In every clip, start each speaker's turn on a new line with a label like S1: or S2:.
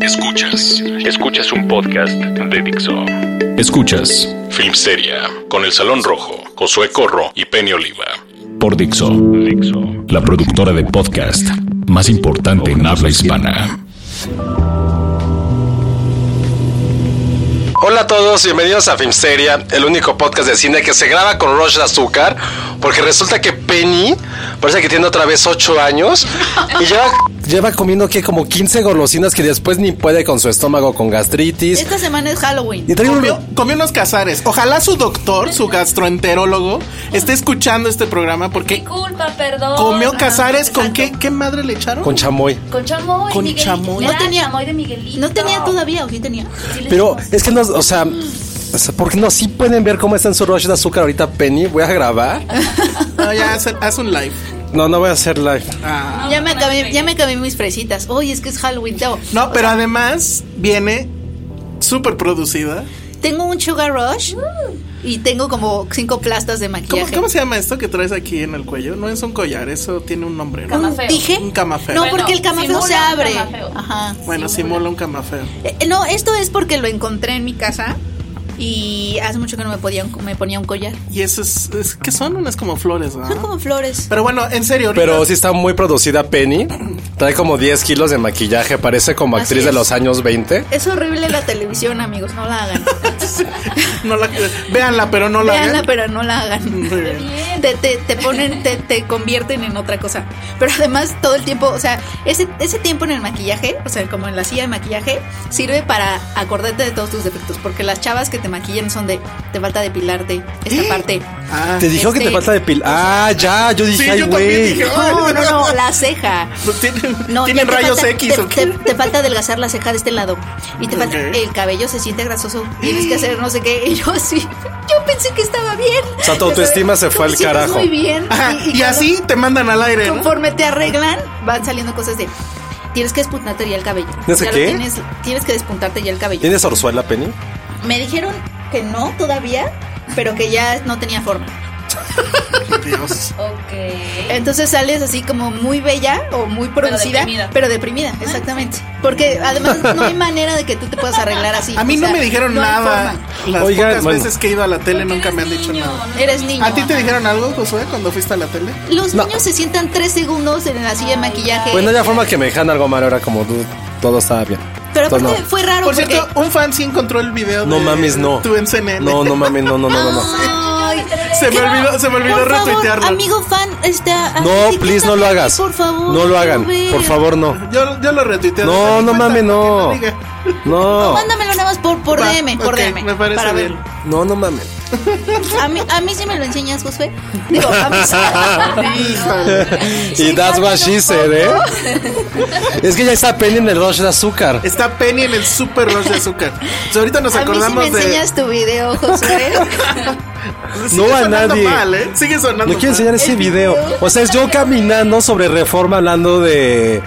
S1: Escuchas, escuchas un podcast de Dixo. Escuchas Filmsteria con El Salón Rojo, Josué Corro y Penny Oliva. Por Dixo, Dixo, la productora de podcast más importante en habla hispana.
S2: Hola a todos, bienvenidos a Filmsteria, el único podcast de cine que se graba con Rush de Azúcar, porque resulta que Penny parece que tiene otra vez 8 años y lleva, lleva comiendo que como 15 golosinas que después ni puede con su estómago con gastritis.
S3: Esta semana es Halloween.
S2: Y trae un-
S4: Comió, comió unos cazares. Ojalá su doctor, su gastroenterólogo, esté escuchando este programa porque
S5: Disculpa, perdón.
S4: comió
S5: Ajá,
S4: cazares con
S5: exacto.
S4: qué, qué madre le echaron.
S2: con chamoy.
S5: Con chamoy.
S4: Con
S5: Miguelito.
S4: chamoy.
S5: Me
S3: No
S5: da
S3: tenía-
S5: chamoy de Miguelito.
S3: ¿No tenía todavía o sí tenía?
S5: Sí les
S2: Pero
S5: dimos.
S2: es que no, o sea, o sea, porque no, sí pueden ver cómo está en su rush de azúcar ahorita Penny. Voy a grabar.
S4: No, ya haz, haz un live.
S2: No, no voy a hacer live.
S4: Ah.
S3: Ya me acabé, ya me acabé mis fresitas. Oye, es que es Halloween. Tengo,
S4: No, pero además viene súper producida.
S3: tengo un sugar rush y tengo como cinco plastas de
S4: ¿Cómo,
S3: maquillaje.
S4: cómo se llama esto que traes aquí en el cuello? No es un collar, eso tiene un nombre. ¿no?
S3: ¿Un
S5: Camafeo.
S3: dije?
S4: Un camafeo.
S3: No,
S4: Bueno,
S3: porque el camafeo
S5: simula
S3: se
S5: un
S3: abre.
S5: camafeo.
S3: Ajá.
S4: Bueno, simula un camafeo.
S3: Eh, no, esto es porque lo encontré en mi casa y hace mucho que no me, podía, me ponía un collar.
S4: Y eso es, es que son unas como flores, ¿no?
S3: Son como flores.
S4: Pero bueno, en serio, ahorita-
S2: Pero sí está muy producida Penny. Trae como 10 kilos de maquillaje. Parece como
S3: Así
S2: actriz de
S3: es.
S2: los años 20.
S3: Es horrible la televisión, amigos. No la hagan.
S4: no la, véanla, pero no la Mm.
S3: Veanla,
S4: vean.
S3: pero no la hagan.
S4: Muy bien.
S3: Te, te- te ponen, te, te convierten en otra cosa. Pero además todo el tiempo, o sea, ese, ese tiempo en el maquillaje, o sea, como en la silla de maquillaje, sirve para acordarte de todos tus defectos. Porque las chavas que te maquillan son de, te falta depilarte,
S4: ¿Eh?
S3: esta parte.
S4: Ah.
S2: Te dijeron que te
S3: Este-
S2: falta de pil. Ah, ya, yo dije,
S4: Sí,
S2: ay,
S4: yo también
S2: güey.
S4: dije.
S3: No, no, no, la ceja.
S4: ¿Tienen,
S3: No,
S4: Pues
S3: ya
S4: tienen
S3: te
S4: rayos
S3: falta-
S4: X
S3: te,
S4: o qué?
S3: te- te falta adelgazar la ceja de este lado. Y te falta.
S4: Ok.
S3: El cabello se siente grasoso. Tienes que hacer no sé qué. Y yo así. Yo pensé que estaba bien.
S2: O sea, tu autoestima se fue al
S3: Me siento
S2: carajo.
S3: Muy bien.
S4: Ajá, y, así te mandan al aire. ¿no?
S3: Conforme te arreglan, van saliendo cosas de. Tienes que despuntarte ya el cabello.
S2: ¿Tienes
S3: Ya
S2: que
S3: lo
S2: qué?
S3: Tienes, tienes que despuntarte ya el
S4: ¿Eh?
S3: cabello.
S2: ¿Tienes orzuela, Penny?
S3: Me dijeron que no todavía, pero que ya no tenía forma.
S4: Dios.
S5: Ok.
S3: Entonces sales así como muy bella o muy producida, pero deprimida, Ah,
S5: deprimida.
S3: exactamente. Porque además no hay manera de que tú te puedas arreglar así.
S4: A mí
S3: o
S4: no
S3: sea,
S4: me dijeron
S3: no hay
S4: nada.
S3: forma.
S4: Las
S2: Oigan,
S4: pocas
S2: bueno.
S4: veces que he ido a la tele nunca me han dicho
S5: Niño,
S4: nada.
S5: no,
S3: Eres niño.
S4: ¿A ti te dijeron algo, Josué, cuando fuiste a la tele?
S3: Los
S2: No.
S3: niños se sientan tres segundos en la silla de maquillaje.
S2: Pues no había forma que me dejan algo malo. Era como tú, todo estaba bien.
S3: pero
S2: Entonces,
S3: aparte fue raro
S4: Pues Por
S3: porque.
S4: cierto, un fan sí encontró el video
S2: no. no
S4: de
S2: mames, no.
S4: Tú en CNN.
S2: No, no mames, no, no, no, no. no.
S3: Ah, Ay,
S4: Se me
S3: ¿qué?
S4: olvidó- se me olvidó
S3: Por favor,
S4: retuitearlo.
S3: Amigo fan, este, está.
S2: No, please, no lo hagas.
S3: Por favor.
S2: No lo
S3: quiero
S2: hagan.
S3: ver.
S2: Por favor, no.
S4: Yo, yo lo retuiteé. desde
S2: No,
S4: mi
S2: no
S4: cuenta,
S2: mames,
S4: para que
S2: no.
S4: diga.
S2: No,
S3: Mándamelo nada más por, por
S4: Va,
S3: DM, por
S4: ok,
S3: DM.
S4: Me parece
S3: para
S4: bien.
S3: verlo.
S2: no, no mames.
S3: A mí, a mí sí me lo enseñas, Josué. Digo, a mí sí.
S2: Y that's what she said, ¿eh? Es que ya está Penny en el rush de azúcar.
S4: Está Penny en el super rush de azúcar. Entonces, ahorita nos
S3: a mí sí
S4: acordamos
S3: me
S4: de.
S3: enseñas tu video, Josué.
S4: Sigue
S2: No a
S4: sonando
S2: nadie.
S4: mal, ¿eh? Sigue sonando.
S2: No quiero
S4: mal.
S2: enseñar ese video. O sea, es yo caminando sobre reforma hablando de.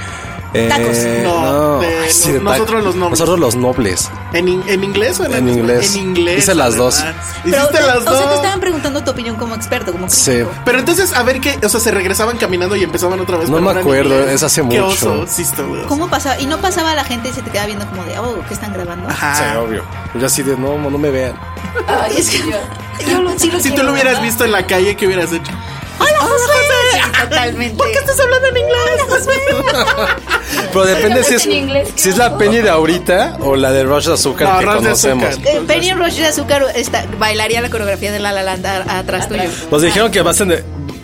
S2: eh,
S3: Tacos.
S4: No, de
S2: Ay, sí,
S4: no-
S2: de tacos.
S4: nosotros los nobles.
S2: Nosotros los nobles.
S4: ¿En, in- en inglés o en,
S2: En
S4: español?
S2: inglés.
S4: En inglés.
S2: Hice las dos.
S4: además.
S3: Pero,
S4: Hiciste
S3: te-
S4: las
S3: O sea, te
S4: dos.
S3: estaban preguntando tu opinión como experto, como
S2: Sí.
S3: crítico.
S4: Pero entonces, a ver qué. O sea, se regresaban caminando y empezaban otra vez.
S2: No
S4: pero
S2: me
S4: ahora en
S2: acuerdo,
S4: inglés.
S2: es hace
S4: Qué
S2: mucho.
S4: oso, sí, está muy oso.
S3: ¿Cómo pasaba? Y no pasaba la gente y se te queda viendo como de, oh, ¿qué están grabando?
S4: Ajá.
S2: Sí, obvio. Yo así de no, no me vean.
S3: Ay, es que yo lo, sí lo
S4: si tú
S3: quiero,
S4: lo hubieras
S3: ¿verdad?
S4: visto en la calle, ¿qué hubieras hecho?
S3: ¡Hola, Josué! Sí, totalmente.
S4: ¿Por qué estás hablando en inglés?
S2: Pero depende si es,
S5: en inglés,
S2: si es
S5: qué
S2: la
S5: oso.
S2: Penny de ahorita o la de Rush de Azúcar
S4: No,
S2: que
S4: Rush de
S2: conocemos.
S4: Azúcar.
S3: Eh, Penny Rush de Azúcar está- bailaría la coreografía de La La Land a- a- atrás tuyo.
S2: Nos dijeron que basen de-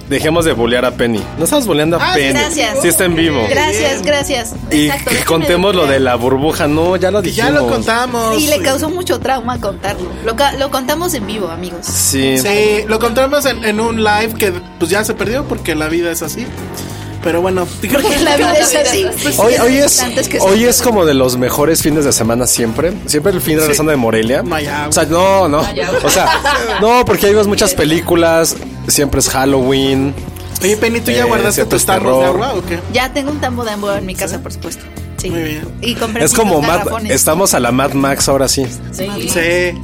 S2: dejemos de bolear a Penny. No estamos boleando a
S3: Ah,
S2: Penny.
S3: gracias.
S2: Sí está en vivo.
S3: Gracias, gracias.
S2: Y
S3: Exacto,
S2: que
S3: déjenme
S2: contemos lo de
S3: decirlo.
S2: la burbuja. No, ya lo
S4: Que
S2: dijimos.
S4: ya lo contamos.
S3: Y le causó mucho trauma contarlo. Lo, ca- lo contamos en vivo, amigos.
S2: Sí.
S4: Sí, lo contamos en, en un live que pues ya se perdió porque la vida es así. Pero bueno, creo
S3: Porque
S4: que
S3: la vida es así.
S2: Pues Hoy, hoy es,
S3: Antes que
S2: hoy
S3: se-
S2: es como de los mejores fines de semana siempre. Siempre el fin de regresando de Morelia.
S4: Mayagüez.
S2: O sea, no, no. O sea, no, porque hay muchas películas. Siempre es Halloween.
S4: Oye, Penny, ¿tú ya
S2: Eh,
S4: guardaste
S2: cierto
S4: tus tarros de
S2: terror.
S4: agua o qué?
S3: Ya tengo un tambo de ambo en mi casa, por supuesto. Sí.
S4: Muy bien.
S3: Y compré
S2: Es como
S3: muchos
S2: Mad,
S3: garrafones.
S2: estamos a la Mad Max ahora sí.
S5: Sí.
S4: Sí.
S5: Sí.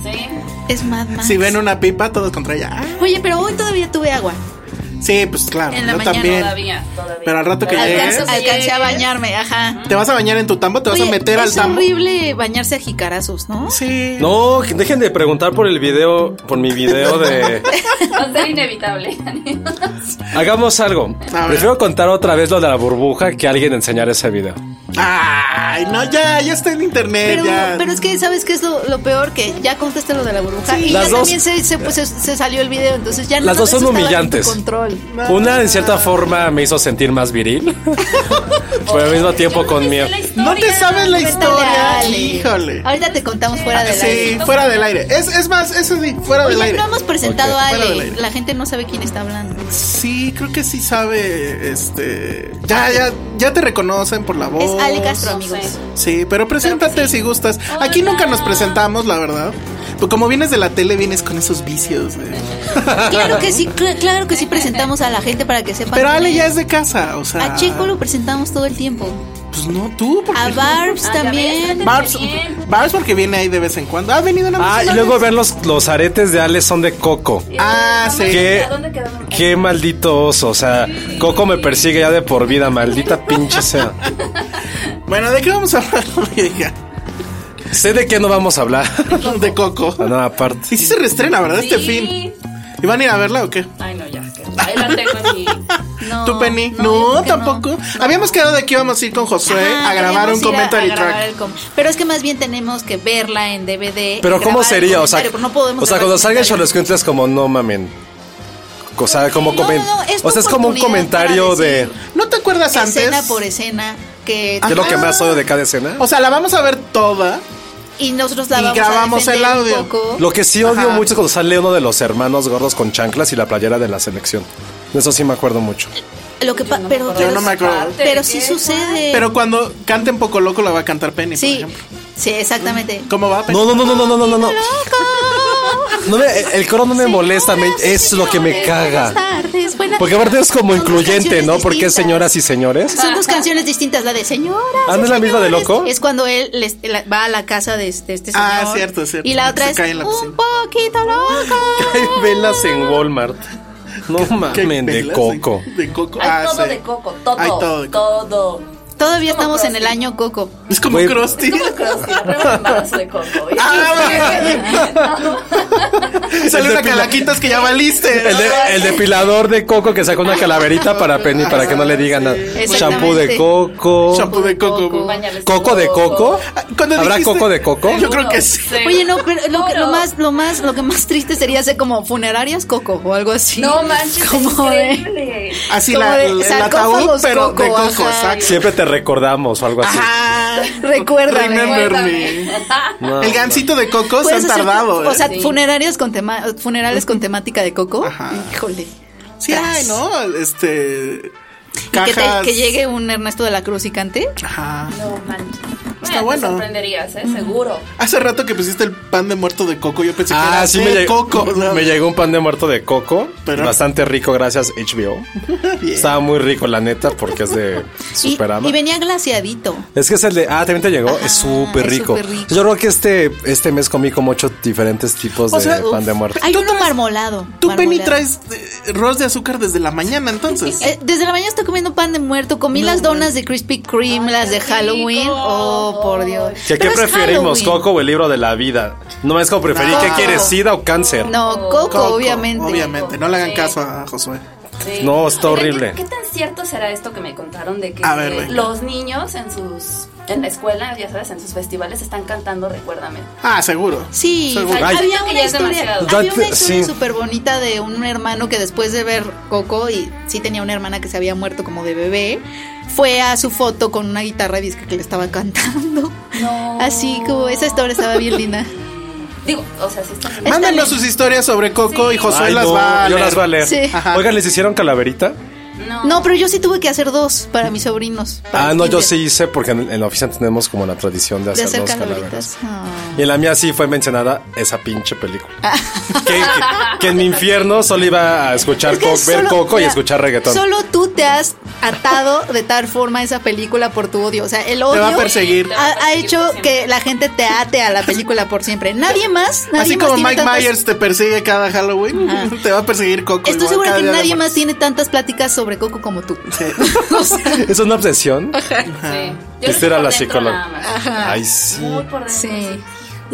S3: Es Mad Max.
S4: Si ven una pipa, todos contra ella. Ah,
S3: Oye, pero hoy todavía tuve agua.
S4: sí, pues claro.
S3: En la
S4: yo
S3: mañana
S4: también.
S5: Todavía, todavía.
S4: Pero al rato que
S5: Todavía.
S3: Alcanzo-
S4: llegue.
S5: Alcanzas-
S3: alcancé a
S5: llegues.
S3: bañarme, ajá.
S4: ¿Te vas a bañar en tu tambo? ¿Te vas
S3: Oye,
S4: a meter al
S3: es
S4: tambo?
S3: horrible bañarse a jicarazos, ¿no?
S4: Sí.
S2: No, que dejen de preguntar por el video, por mi video de.
S5: Va a ser inevitable.
S2: Hagamos algo.
S4: A ver.
S2: Prefiero contar otra vez lo de la burbuja que alguien enseñar ese video.
S4: Ay, no, ya, ya está en internet.
S3: Pero,
S4: ya.
S3: pero es que, ¿sabes qué es lo, lo peor? Que ya contesté lo de la burbuja y
S2: Las
S3: ya
S2: dos-
S3: también se, se, pues, se- se salió el video, entonces ya
S2: Las
S3: nada
S2: dos son
S3: de eso estaba en tu
S2: humillantes.
S3: control.
S2: Una, en cierta forma, me hizo sentir más viril. pero al mismo tiempo con miedo.
S4: no te sabes la
S3: Cuéntale
S4: historia.
S3: a Ale.
S4: Híjole.
S3: Ahorita te contamos fuera del
S4: sí,
S3: aire.
S4: fuera del aire. Es, es más, eso sí, fuera del
S3: Oye,
S4: aire.
S3: no hemos presentado
S2: Ok.
S3: a
S4: Fuera del
S3: Ale.
S4: aire.
S3: La gente no sabe quién está hablando.
S4: Sí, creo que sí sabe, este... Ya, ya, ya te reconocen por la voz.
S3: Es Ale Castro, amigos.
S4: Sí, pero preséntate si gustas. Aquí
S5: Hola.
S4: nunca nos presentamos, la verdad. Pues como vienes de la tele, vienes con esos vicios. eh.
S3: Claro que sí, cl- claro que sí presentamos a la gente para que sepan.
S4: Pero
S3: quién
S4: Ale ya
S3: es.
S4: es de casa, o sea...
S3: A Checo lo presentamos todo el tiempo.
S4: Pues no, tú, porque...
S3: A Barbs
S5: Ah, ya
S3: también.
S5: ves.
S4: Barbs,
S5: Bien.
S4: Barbs porque viene ahí de vez en cuando. Ha venido una vez.
S2: Ah, y
S4: una
S2: luego
S4: vez.
S2: vean los, los aretes de Ale son de Coco.
S4: Ah, sí.
S2: ¿Qué,
S5: ¿A dónde quedaron?
S2: qué maldito oso. O sea, Coco me persigue ya de por vida, maldita pinche sea.
S4: Bueno, ¿de qué vamos a hablar? Oiga,
S2: Sé de qué no vamos a hablar.
S4: de Coco.
S2: Ah, No, aparte.
S4: Y sí se reestrena, ¿verdad? Este
S5: Sí.
S4: fin. ¿Y van a ir a verla o qué?
S5: Ay, no, ya. que Ahí la tengo en mi...
S3: No,
S4: ¿Tú, Penny?
S3: yo
S4: No,
S3: creo que
S4: tampoco. Habíamos quedado de que íbamos a ir con Josué
S3: Ajá,
S4: a grabar
S3: queríamos
S4: un
S3: ir a-
S4: commentary
S3: a grabar
S4: track.
S3: el com- pero es que más bien tenemos que verla en DVD.
S2: Pero
S3: y
S2: ¿cómo
S3: grabar el
S2: sería? O sea,
S3: comentario, pero no podemos
S2: o sea
S3: grabar
S2: cuando salga el
S3: comentario.
S2: Choloscuintle es como, no mamen. O sea, como
S3: No, no,
S2: comen-
S3: no, es tu
S2: o sea, es como un
S3: oportunidad
S2: comentario
S3: para
S2: de...
S3: decir-
S4: ¿No te acuerdas
S3: Escena
S4: antes?
S3: por escena que
S2: ¿Qué es lo Ah. que
S4: Ajá.
S2: más odio de cada escena?
S4: O sea, la vamos a ver toda.
S3: y nosotros la
S4: y
S3: vamos
S4: grabamos
S3: a
S4: el
S3: defender
S4: audio.
S3: un poco.
S2: Lo que sí odio
S4: Ajá.
S2: mucho es cuando sale uno de los hermanos gordos con chanclas y la playera de la selección. De Eso sí me acuerdo mucho.
S3: Lo que pa- pero
S4: Yo no me acuerdo.
S3: pero sí sucede.
S4: Pero cuando canten Poco Loco la va a cantar Penny, por
S3: sí.
S4: ejemplo.
S3: Sí, exactamente.
S4: ¿Cómo va, Penny?
S2: No, no, no, no, no, no, no, no, no. No me- el coro no me molesta, me- es lo que me caga. Porque aparte es como incluyente, ¿no? Porque es señoras y señores.
S3: Son dos canciones distintas, la de señora.
S2: Ah, ¿no es la misma de loco?
S3: Es cuando él les- la- va a la casa de este, este señor.
S4: Ah, cierto, cierto.
S3: Y la
S4: Se
S3: otra es
S4: cae en la
S3: un
S4: piscina.
S3: poquito loco.
S2: Hay velas en Walmart. No
S4: ¿Qué
S2: mamen, de
S4: pelas?
S2: coco.
S4: De Coco.
S5: Hay
S4: ah,
S5: todo
S4: sí.
S5: de coco, todo.
S4: Hay todo de coco.
S5: Todo.
S3: Todavía
S5: Es como
S3: estamos en el
S5: Krusty.
S3: año coco.
S4: Es como
S2: Güey.
S4: Krusty.
S5: ¿Cómo crees que la prueba de embarazo de coco?
S4: Ah, Sale una calaquitas que ya valiste.
S2: El, de- el depilador de coco que sacó una calaverita para Penny para que no le digan nada. Shampoo de coco.
S4: Shampoo de coco.
S5: Bañales
S2: ¿Coco de coco?
S4: Ah, cuando
S2: ¿Habrá
S4: dijiste-
S2: coco de coco?
S4: Yo creo que sí.
S5: Seguro.
S3: Oye, no, pero lo, que- lo
S5: Oro.
S3: más, lo más, lo que más triste sería ser como funerarias coco o algo así.
S5: No manches,
S3: Como de-
S5: increíble.
S4: Así
S3: Como
S4: la,
S3: de
S4: el ataúd,
S3: sarcófagos
S4: pero de
S3: coco,
S4: coco,
S3: ajá.
S4: exacto.
S2: Siempre te recordamos o algo así.
S4: Ajá.
S3: Recuérdame.
S4: Remember me.
S5: Cuéntame.
S2: No.
S4: El gancito de coco se
S3: Puedes
S4: han
S3: hacer-
S4: tardado.
S3: O sea,
S4: ¿eh?
S3: funerarias con tema, funerales con temática de coco.
S4: Ajá.
S3: Híjole.
S4: sí hay, ¿no? Este.
S3: Y que, te-
S4: Cajas.
S3: que llegue un Ernesto de la Cruz y cante.
S4: Ajá.
S5: No manches.
S4: Está
S5: Mira,
S4: bueno.
S5: Te sorprenderías, ¿eh? Seguro.
S4: Hace rato que pusiste el pan de muerto de coco, yo pensé que
S2: Ah,
S4: era
S2: sí,
S4: de
S2: me llegó,
S4: coco. o sea,
S2: me llegó un pan de muerto de coco.
S4: Pero-
S2: Bastante rico, gracias HBO.
S4: bien.
S2: Estaba muy rico, la neta, porque es de
S3: Y,
S2: Superama.
S3: y venía glaciadito.
S2: Es que es el de. Ah, también te llegó. es súper
S3: es
S2: rico.
S3: súper rico.
S2: Yo creo que este, este mes comí como ocho diferentes tipos
S4: O
S2: de
S4: sea,
S2: pan
S4: uf.
S2: de muerto.
S3: Hay
S4: ¿Tú
S3: uno
S4: traes-
S3: marmolado.
S4: Tú,
S3: marmolado.
S4: Penny, traes eh, ros de azúcar desde la mañana, entonces.
S3: Eh, desde la mañana estoy comiendo pan de muerto. Comí las donas de Krispy Kreme, las de
S5: qué
S3: Halloween. Oh,
S5: rico.
S3: por Dios.
S2: ¿Qué, qué
S3: Pero es
S2: preferimos,
S3: Halloween.
S2: Coco o el libro de la vida? No es como preferir.
S4: No.
S2: ¿Qué quieres, sida o cáncer?
S3: No, coco,
S4: Coco,
S3: obviamente.
S4: Obviamente, no le hagan caso a Josué.
S5: Sí.
S2: No, está
S5: Oigan,
S2: horrible.
S5: ¿qué, qué tan cierto será esto que me contaron de que
S4: A ver, venga.
S5: los niños en sus en la escuela, ya sabes, en sus festivales están cantando Recuérdame?
S4: Ah, seguro.
S3: Sí,
S4: Seguro.
S3: hay-
S2: Ay.
S3: había
S5: Creo que
S3: una
S5: ya es
S3: historia,
S5: demasiado.
S3: había una
S2: That- sí.
S3: historia súper bonita de un hermano que después de ver Coco y sí tenía una hermana que se había muerto como de bebé, fue a su foto con una guitarra y dice que le estaba cantando.
S5: No.
S3: Así como esa historia estaba bien linda.
S5: Digo, o sea, sí está bien.
S4: Mándenos sus historias sobre Coco
S5: Sí.
S4: y Josué
S2: Ay,
S4: las
S2: no,
S4: va a
S2: yo
S4: leer.
S2: las va a leer.
S3: Sí.
S4: Ajá.
S2: Oigan, ¿les hicieron calaverita?
S5: No.
S3: No, pero yo sí tuve que hacer dos para mis sobrinos. para
S2: Ah, no, yo
S3: kinder,
S2: sí hice porque en, en la oficina tenemos como la tradición de
S3: De
S2: hacer,
S3: hacer
S2: dos
S3: calaveritas.
S2: calaveritas.
S3: Ah.
S2: Y en la mía sí fue mencionada esa pinche película. que, que- que en mi infierno solo iba a escuchar
S3: Es que
S2: co- ver
S3: solo-
S2: Coco y
S3: mira,
S2: escuchar reggaetón.
S3: Solo tú te has atado de tal forma a esa película por tu odio. O sea, el odio
S4: va a perseguir.
S3: ha- ha, hecho que la gente te ate a la película por siempre. Nadie más. Nadie
S4: Así
S3: más
S4: como
S3: tiene
S4: Mike
S3: tantas-
S4: Myers te persigue cada Halloween,
S3: Ajá.
S4: te va a perseguir Coco.
S3: Estoy
S4: igual
S3: segura
S4: cada
S3: que
S4: día de
S3: nadie más
S4: muertos.
S3: tiene tantas pláticas sobre Coco como tú. O sea,
S2: Es una obsesión.
S5: Sí. Yo
S2: Esta era
S5: lo
S2: la
S5: sé por dentro nada
S2: psicóloga.
S5: más.
S2: Ay, sí.
S5: Muy por dentro.
S3: Ah, Sí.
S5: Sí.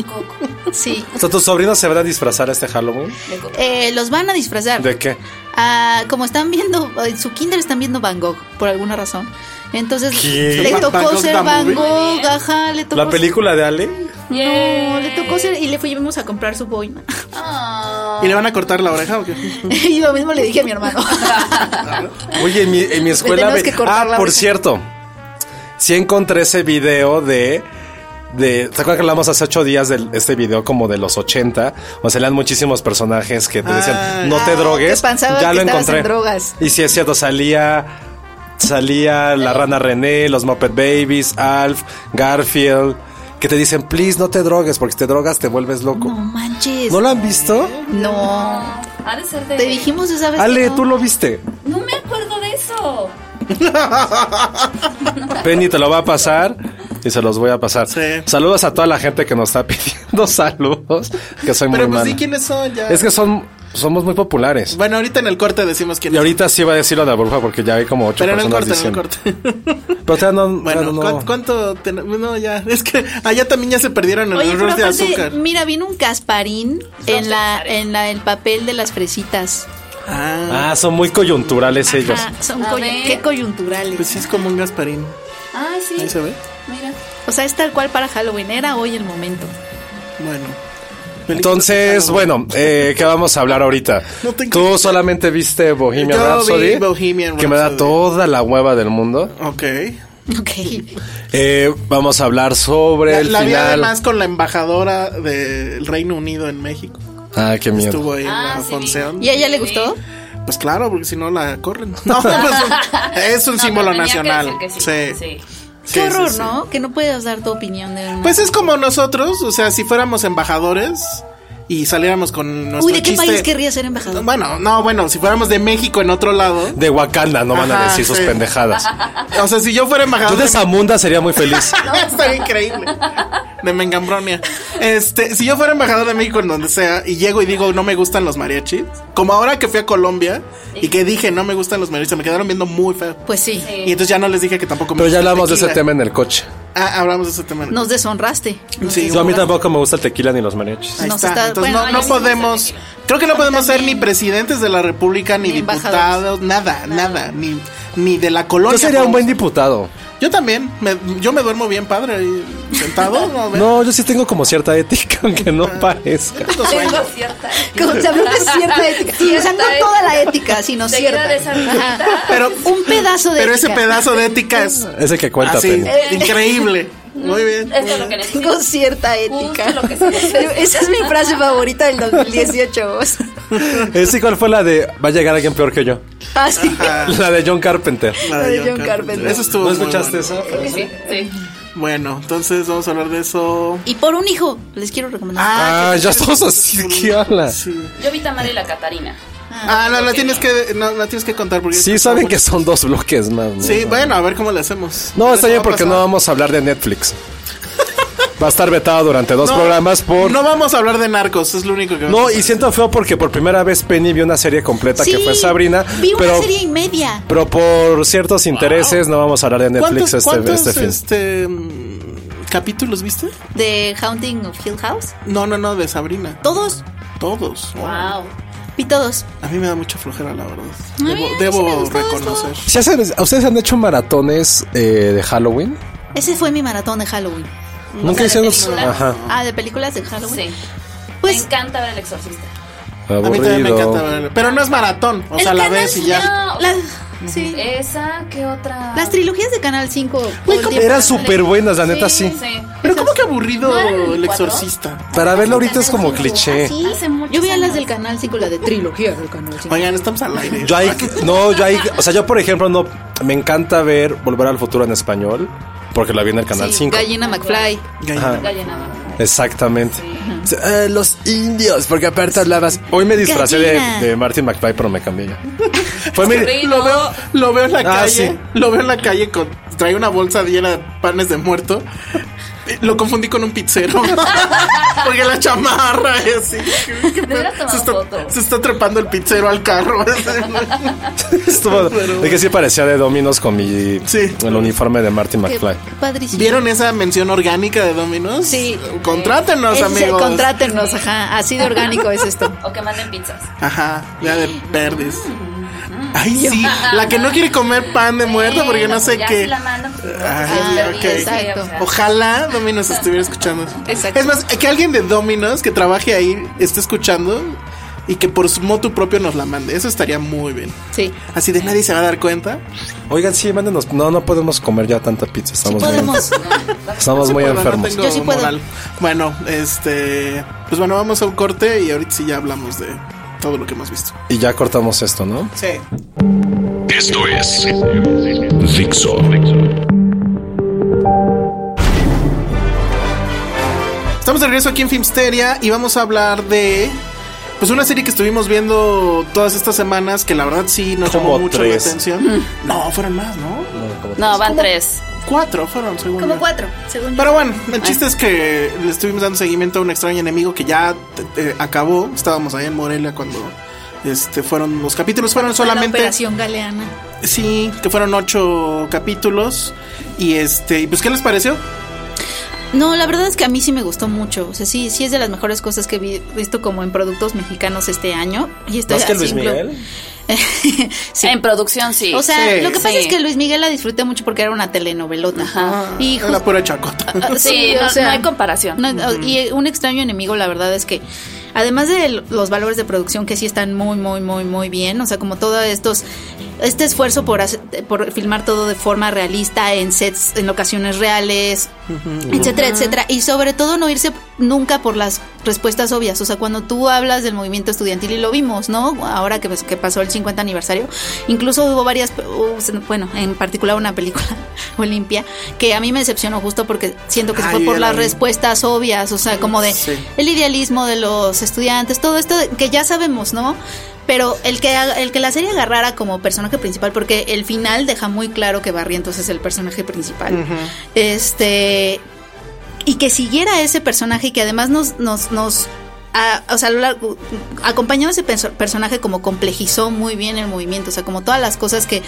S5: Coco.
S3: sí.
S2: O sea, ¿tus sobrinos se van a disfrazar este Halloween?
S5: De Coco.
S3: Eh, los van a disfrazar.
S2: ¿De qué?
S3: Ah, como están viendo, en su kinder están viendo Van Gogh, por alguna razón. Entonces,
S2: ¿Qué?
S3: le
S4: Van-
S3: tocó
S4: Van Gogh
S3: ser
S4: the
S3: Van
S4: movie.
S3: Gogh, ajá, le tocó
S2: ¿La película de Ale?
S3: No, le tocó ser y le fuimos a comprar su boina.
S4: ¿Y le van a cortar la oreja o qué?
S3: y lo mismo le dije a mi hermano.
S2: Oye, en mi, en mi escuela.
S3: tenemos
S2: ve-
S3: que cortar
S2: Ah,
S3: la
S2: por
S3: oreja.
S2: cierto. Sí encontré ese video de. De, ¿Te acuerdas que hablamos hace ocho días de este video como de los 80? O sea, eran muchísimos personajes que te decían,
S4: Ah.
S2: no te
S3: Ah,
S2: drogues.
S3: que pensabas
S2: ya
S3: que
S2: lo
S3: estabas
S2: encontré.
S3: en drogas.
S2: Y sí, es cierto, salía salía la rana René, los Muppet Babies, Alf, Garfield, que te dicen, please no te drogues, porque si te drogas te vuelves loco.
S3: no
S2: ¿No,
S3: manches.
S2: lo han visto?
S3: No.
S5: Ha de ser de.
S3: Te dijimos esa vez. que
S2: Ale,
S3: no.
S2: tú lo viste.
S5: No me acuerdo de eso.
S2: Penny te lo va a pasar y se los voy a pasar.
S4: Sí.
S2: Saludos a toda la gente que nos está pidiendo saludos, que soy
S4: Pero
S2: muy
S4: pues
S2: mala.
S4: sí, ¿quiénes son ya?
S2: Es que son somos muy populares.
S4: Bueno, ahorita en el corte decimos quiénes
S2: Y ahorita sí va a decirlo de la bruja porque ya hay como ocho
S4: Pero en el
S2: personas
S4: corte, en el
S2: diciendo.
S4: corte.
S2: Pero todavía no,
S4: Bueno,
S2: todavía no-
S4: ¿cuán- ¿cuánto? ten- No, ya. Es que allá también ya se perdieron en
S3: Oye,
S4: los
S3: pero
S4: rolls de
S3: aparte,
S4: azúcar.
S3: mira, vino un casparín en la, en la, el papel de las fresitas.
S4: Ah,
S2: Ah, son muy coyunturales ellos.
S3: Ajá, son
S5: A
S3: coyun-
S5: ver.
S3: qué coyunturales.
S4: pues sí, es como un Gasparín.
S3: Ah,
S5: Ay, sí.
S4: Ahí se ve.
S5: Mira.
S3: O sea, es tal cual para Halloween. Era hoy el momento.
S4: Bueno.
S2: Entonces, bueno, eh, ¿qué vamos a hablar ahorita?
S4: No tengo
S2: Tú solamente viste Bohemian
S4: Yo vi
S2: Rhapsody,
S4: Bohemian
S2: que me da
S4: Rhapsody.
S2: toda la hueva del mundo.
S4: Ok.
S3: Ok.
S2: Eh, vamos a hablar sobre
S4: La,
S2: el
S4: la vi
S2: final.
S4: además con la embajadora del Reino Unido en México.
S2: Ah, qué miedo.
S4: Estuvo ahí en
S5: Ah,
S4: la
S5: sí,
S4: Fonseón.
S3: ¿Y a ella le gustó?
S4: Pues claro, porque si no la corren. No, pues, es un
S5: No,
S4: símbolo
S5: pero tenía que
S4: nacional.
S5: decir
S4: sí.
S5: que sí, sí.
S4: Sí,
S3: Qué horror,
S4: sí, sí.
S3: ¿no? Que no puedes dar tu opinión de una.
S4: Pues es como nosotros, o sea, si fuéramos embajadores y saliéramos con nuestro
S3: Uy, ¿de qué
S4: chiste-
S3: país querría ser embajador?
S4: Bueno, no, bueno, si fuéramos de México en otro lado.
S2: De Wakanda, no van a
S4: Ajá,
S2: decir sus
S4: sí.
S2: pendejadas.
S5: Ah.
S4: O sea, si yo fuera
S2: Yo
S4: embajador
S2: de Zamunda sería muy feliz.
S4: No, está increíble. De Mengambronia. Este, si yo fuera embajador de México en donde sea y llego y digo no me gustan los mariachis, como ahora que fui a Colombia y que dije no me gustan los mariachis, me quedaron viendo muy feo.
S3: Pues sí.
S4: Y entonces ya no les dije que tampoco me
S2: Pero ya
S4: gusta el
S2: hablamos de ese
S4: tequila.
S2: tema en el coche.
S4: Ah, hablamos de ese tema.
S3: Nos deshonraste. Nos
S2: Yo a
S4: Sí,
S2: mí
S3: deshonraste.
S2: tampoco me gusta el tequila ni los mariachis.
S4: Ahí
S3: Nos
S4: está.
S3: está-
S4: Entonces
S3: bueno,
S4: no,
S3: a
S4: no
S3: mí sí me gusta
S4: podemos,
S5: el tequila.
S4: creo que no podemos ser ni presidentes de la República, ni,
S3: Ni embajadores.
S4: diputados, nada, nada, ni, ni de la colonia.
S2: Yo sería un buen
S4: podemos-
S2: diputado.
S4: Yo también, me- yo me duermo bien padre ahí sentado. No, Ve-
S2: No, yo sí tengo como cierta ética, aunque no parezca.
S4: tengo sueño.
S5: Tengo cierta.
S3: Como se habló de cierta ética. O sea, no
S5: Cierta
S3: toda la ética, sino
S5: Seguida
S3: cierta.
S5: de esa
S3: Ajá.
S5: amiguita.
S4: Pero
S3: Un pedazo de
S4: Pero ese
S3: ética.
S4: pedazo de ética es
S2: Ese que cuenta,
S4: así, eh,
S2: Penny.
S4: increíble. Muy bien.
S5: Esto es lo que necesito.
S3: Tengo cierta ética.
S5: lo que se necesita.
S3: Esa es mi frase favorita del 2018. o sea.
S4: Em.
S2: Es igual Eh, fue la de va a llegar alguien peor que yo.
S3: Así.
S4: Ah,
S2: La de John Carpenter.
S4: la
S3: de John Carpenter.
S4: Eso estuvo
S2: ¿No
S4: muy
S2: escuchaste
S4: bueno.
S2: eso?
S5: Sí, sí.
S4: Bueno, entonces vamos a hablar de eso.
S3: Y por un hijo, les quiero recomendar.
S2: Ah,
S4: que-
S2: ya estamos así, ¿qué habla?
S4: Sí.
S5: Yo vi Tamara y la Catarina.
S4: Ah, no, la tienes que no, la tienes que contar porque
S2: Sí, saben que son dos bloques más. ¿no?
S4: Sí, bueno, a ver cómo le hacemos.
S2: No, está
S4: Les
S2: bien
S4: va a
S2: porque no
S4: pasar.
S2: vamos a hablar de Netflix. Va a estar vetado durante dos
S4: No,
S2: programas por...
S4: No vamos a hablar de narcos, es lo único que
S2: No, y siento feo porque por primera vez Penny vio una serie completa que
S3: Sí,
S2: fue Sabrina,
S3: Vi una
S2: pero,
S3: serie y media.
S2: pero por ciertos intereses no vamos a hablar de Netflix
S4: ¿Cuántos,
S2: este,
S4: cuántos,
S2: este fin.
S4: este, mm, capítulos viste?
S3: De Haunting of Hill House.
S4: No, no, no, de Sabrina.
S3: Todos.
S4: Todos.
S5: Wow.
S3: Pito 2.
S4: A mí me da mucha flojera, la verdad.
S3: Ay,
S4: Debo,
S3: a mí sí
S4: debo
S3: me gustó
S4: reconocer.
S6: Si hacen- ¿Ustedes han hecho maratones eh, de Halloween?
S3: Ese fue mi maratón de Halloween.
S6: Nunca
S5: de
S6: hicieron.
S5: películas.
S6: Ajá.
S3: Ah, de películas de Halloween.
S5: Sí. me
S3: Pues
S5: encanta ver el exorcista.
S4: A mí también me encanta
S6: Aburrido.
S4: ver. Pero no es maratón. O sea,
S3: El
S4: la
S3: canal
S4: ves y ya.
S5: No,
S3: la- sí.
S5: Ah, Eh, esa, ¿qué otra?
S3: las trilogías de Canal 5. todo el
S4: ¿cómo
S3: tiempo
S6: Eran
S3: pasan
S6: súper buenas, la neta sí.
S5: Sí.
S4: Pero como que aburrido
S5: ¿No eran
S4: el
S5: cuatro?
S4: exorcista.
S6: Para verlo ahorita es como cliché.
S3: ahí.
S5: Hace muchos
S3: Yo veía las
S5: años.
S3: del Canal 5, la de trilogía del Canal 5.
S4: Oigan, estamos al aire.
S6: Yo ahí, no, yo ahí, o sea, yo por ejemplo no, me encanta ver Volver al Futuro en español, porque la vi en el Canal
S3: Sí,
S6: 5.
S3: Gallina McFly.
S4: Gallina.
S5: Gallina Madre.
S6: Exactamente. Eh, los indios, porque aparte hablabas. Hoy me disfracé de,
S3: Gallina.
S6: de Martin McFly, pero me cambié ya. Fue mi,
S5: Sí,
S4: Lo
S5: no.
S4: veo, lo veo en la
S6: Ah,
S4: calle.
S6: sí.
S4: Lo veo en la calle con. Trae una bolsa llena de panes de muerto. Eh, Lo confundí con un pizzero. Porque la chamarra es así. ¿Qué pedo?
S5: hubieras tomado
S4: Se está,
S5: foto.
S4: se está trepando el pizzero al carro.
S6: estuvo- de que sí parecía de Dominos con mi
S4: Sí.
S6: el uniforme de Martin
S3: Qué
S6: McFly.
S3: padrísimo.
S4: ¿Vieron esa mención orgánica de Dominos?
S3: Sí.
S4: Contrátenos,
S3: Ese es el
S4: amigos.
S3: contrátenos, ajá. Así de orgánico es esto.
S5: O que manden pizzas.
S4: Ajá, ya de verdes. Ay, sí. La que no quiere comer pan de muerto porque no sé
S5: ya
S4: qué.
S5: si la mandan, pues, porque
S4: Ah,
S5: sí es
S4: ok.
S5: perdido, sí,
S3: Exacto.
S5: o sea,
S4: Ojalá Dominos estuviera escuchando. eso.
S3: Exacto.
S4: Es más, que alguien de Dominos que trabaje ahí esté escuchando y que por su moto propio nos la mande. Eso estaría muy bien.
S3: Sí.
S4: Así de nadie se va a dar cuenta.
S6: Oigan, sí, mándenos. No, no podemos comer ya tanta pizza. Estamos, muy-
S3: Podemos.
S6: estamos muy
S4: Bueno, no
S6: enfermos.
S4: tengo
S3: Yo sí puedo.
S4: moral. Bueno, este. Pues bueno, vamos a un corte y ahorita sí ya hablamos de todo lo que hemos visto.
S6: Y ya cortamos esto, ¿no?
S4: Sí.
S1: Esto es Dixo.
S4: Estamos de regreso aquí en Filmsteria y vamos a hablar de. Pues una serie que estuvimos viendo todas estas semanas que la verdad sí nos
S6: Como
S4: llamó mucho
S6: tres.
S4: la atención.
S3: Mm.
S4: No, fueron más, ¿no?
S5: No, van tres.
S4: Cuatro fueron, según
S3: Como
S4: yo.
S3: cuatro, Ah. según yo.
S4: Pero bueno, el chiste es que le estuvimos dando seguimiento a un extraño enemigo que ya te- te acabó. Estábamos ahí en Morelia cuando este fueron los capítulos. Fueron
S3: La
S4: solamente.
S3: operación galeana.
S4: Sí, que fueron ocho capítulos. Y este, y pues, ¿qué les pareció?
S3: No, la verdad es que a mí sí me gustó mucho. O sea, sí, sí es de las mejores cosas que he vi- visto como en productos mexicanos este año. Y estoy
S6: ¿Más que
S3: así
S6: Luis
S3: inclu-
S6: Miguel?
S3: sí.
S5: En producción, sí.
S3: O sea,
S4: Sí,
S3: lo que pasa
S5: sí.
S3: es que Luis Miguel la disfruté mucho porque era una telenovelota.
S5: Ajá.
S3: Y
S4: Era pura chacota.
S3: Ah,
S5: Sí, no- no hay comparación.
S3: no, no, Y un extraño enemigo, la verdad es que, además de l- los valores de producción que sí están muy, muy, muy, muy bien, o sea, como todo estos, este esfuerzo por, hace- por filmar todo de forma realista, en sets, en locaciones reales, etcétera, etcétera, y sobre todo no irse nunca por las respuestas obvias, o sea, cuando tú hablas del movimiento estudiantil y lo vimos, ¿no? Ahora que, pues, que pasó el 50 aniversario, incluso hubo varias, uh, bueno, en particular una película, Olimpia, que a mí me decepcionó justo porque siento que se
S4: Ay,
S3: fue
S4: yo
S3: por
S4: ya la
S3: las
S4: vi.
S3: respuestas respuestas obvias, o sea, como de
S4: Sí.
S3: el idealismo de los estudiantes, todo esto de- que ya sabemos, ¿no? Pero el que, haga- el que la serie agarrara como personaje principal, porque el final deja muy claro que Barrientos es el personaje principal.
S4: Mm.
S3: Este. Y que siguiera ese personaje y que además nos. nos, nos a- o sea, a lo largo- acompañando ese perso- personaje como complejizó muy bien el movimiento, o sea, como todas las cosas que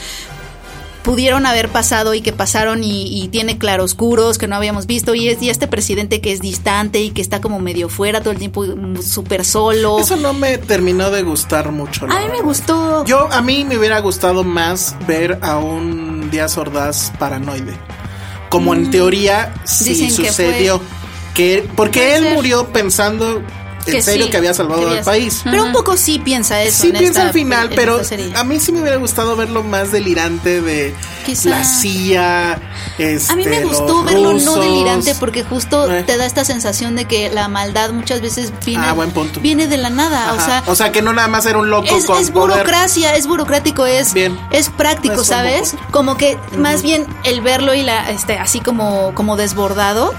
S3: pudieron haber pasado y que pasaron y, y tiene claroscuros que no habíamos visto y, es, y este presidente que es distante y que está como medio fuera todo el tiempo mm, súper solo.
S4: Eso no me terminó de gustar mucho. la
S3: A mí me
S4: verdad.
S3: gustó.
S4: Yo, a mí me hubiera gustado más ver a un Díaz Ordaz paranoide. Como en teoría sí
S3: Mm, Dicen que
S4: sucedió. Que porque
S3: Puede
S4: él
S3: ser.
S4: murió pensando en
S3: Que
S4: serio
S3: sí,
S4: que había
S3: que
S4: salvado
S3: había-
S4: al país.
S3: Pero un poco sí piensa eso.
S4: Sí
S3: en
S4: piensa
S3: esta-
S4: al final,
S3: en
S4: pero
S3: esta serie.
S4: a mí sí me hubiera gustado verlo más delirante de
S3: Quizá.
S4: la CIA.
S3: A mí me
S4: este,
S3: gustó
S4: los
S3: verlo no
S4: rusos.
S3: delirante porque justo
S4: Eh.
S3: te da esta sensación de que la maldad muchas veces viene,
S4: Ah, buen punto.
S3: viene de la nada. O
S4: Ajá.
S3: sea,
S4: que no nada más era un loco
S3: es,
S4: con
S3: es
S4: poder.
S3: burocracia, es burocrático, es,
S4: Bien.
S3: es práctico,
S4: No es tan
S3: ¿sabes? Como que más bien el verlo y la este, así como, como desbordado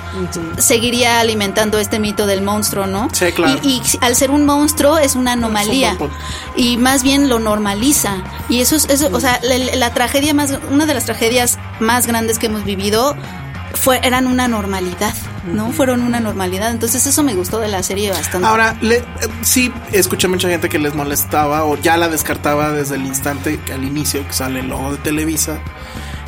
S3: seguiría alimentando este mito del monstruo, ¿no?
S4: Sí, claro.
S3: Y, y al ser un monstruo es una anomalía
S4: buen punto.
S3: y más bien lo normaliza. Y eso es, eso, o sea, la, la tragedia más, una de las tragedias más grandes que hemos vivido fue, eran una normalidad, ¿no? Fueron una normalidad. Entonces eso me gustó de la serie bastante.
S4: Ahora, le- eh, sí, escuché mucha gente que les molestaba o ya la descartaba desde el instante que al inicio que sale el logo de Televisa.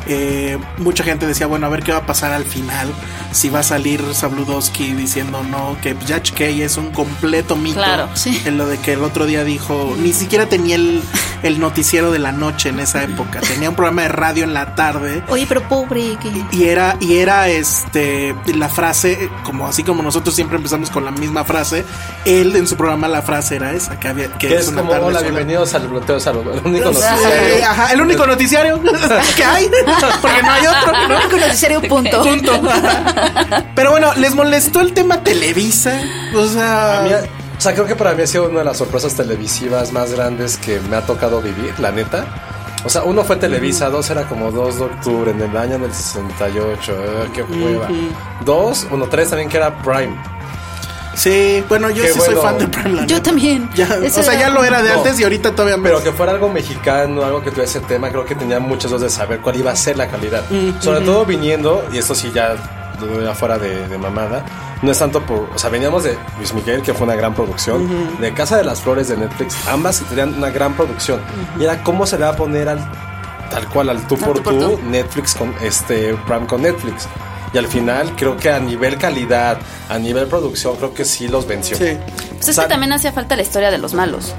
S4: Eh, mucha gente decía, bueno, a ver qué va a pasar al final. Si va a salir Sabludowski diciendo no, que ya chequé, es un completo mito.
S5: Claro,
S3: sí.
S4: En lo de que el otro día dijo, ni siquiera tenía el, el noticiero de la noche en esa época. Tenía un programa de radio en la tarde.
S3: Oye, pero pobre, que.
S4: Y era, y era este la frase, como así como nosotros siempre empezamos con la misma frase, él en su programa la frase era esa, que había que
S2: Que es
S4: una
S2: como,
S4: tarde
S2: hola,
S4: sola".
S2: bienvenidos al Bloteo Salud. El único
S4: Sí,
S2: noticiario.
S4: ajá, el único noticiario que hay, porque no hay otro, ¿no?
S3: No, con el serio punto.
S4: Punto. Pero bueno, ¿les molestó el tema Televisa? O
S2: A mí,
S4: sea,
S2: o sea, creo que para mí ha sido una de las sorpresas televisivas más grandes que me ha tocado vivir, la neta. O sea, uno fue Televisa, dos era como 2 de octubre en el año del 68, eh, qué hueva. Dos, uno, tres también que era Prime.
S4: sí, bueno, yo
S2: Qué
S4: sí soy
S2: bueno.
S4: fan de Prime la
S3: Yo
S4: neta.
S3: también.
S4: Ya,
S3: Eso
S4: o sea,
S3: era-
S4: ya lo era de
S2: No.
S4: antes y ahorita todavía más.
S2: Pero que fuera algo mexicano, algo que tuviera ese tema, creo que tenía muchas dudas de saber cuál iba a ser la calidad. Sobre todo viniendo, y esto sí ya lo veo fuera de, de mamada, no es tanto por. O sea, veníamos de Luis Miguel, que fue una gran producción, de Casa de las Flores de Netflix, ambas que tenían una gran producción. Y era cómo se le va a poner al tal cual, al tú, por,
S5: tú por
S2: tú,
S5: tú.
S2: Netflix con este Prime con Netflix. Y al final, creo que a nivel calidad, a nivel producción, creo que sí los venció.
S4: Sí.
S5: Pues es
S2: O sea,
S5: que también hacía falta la historia de los malos.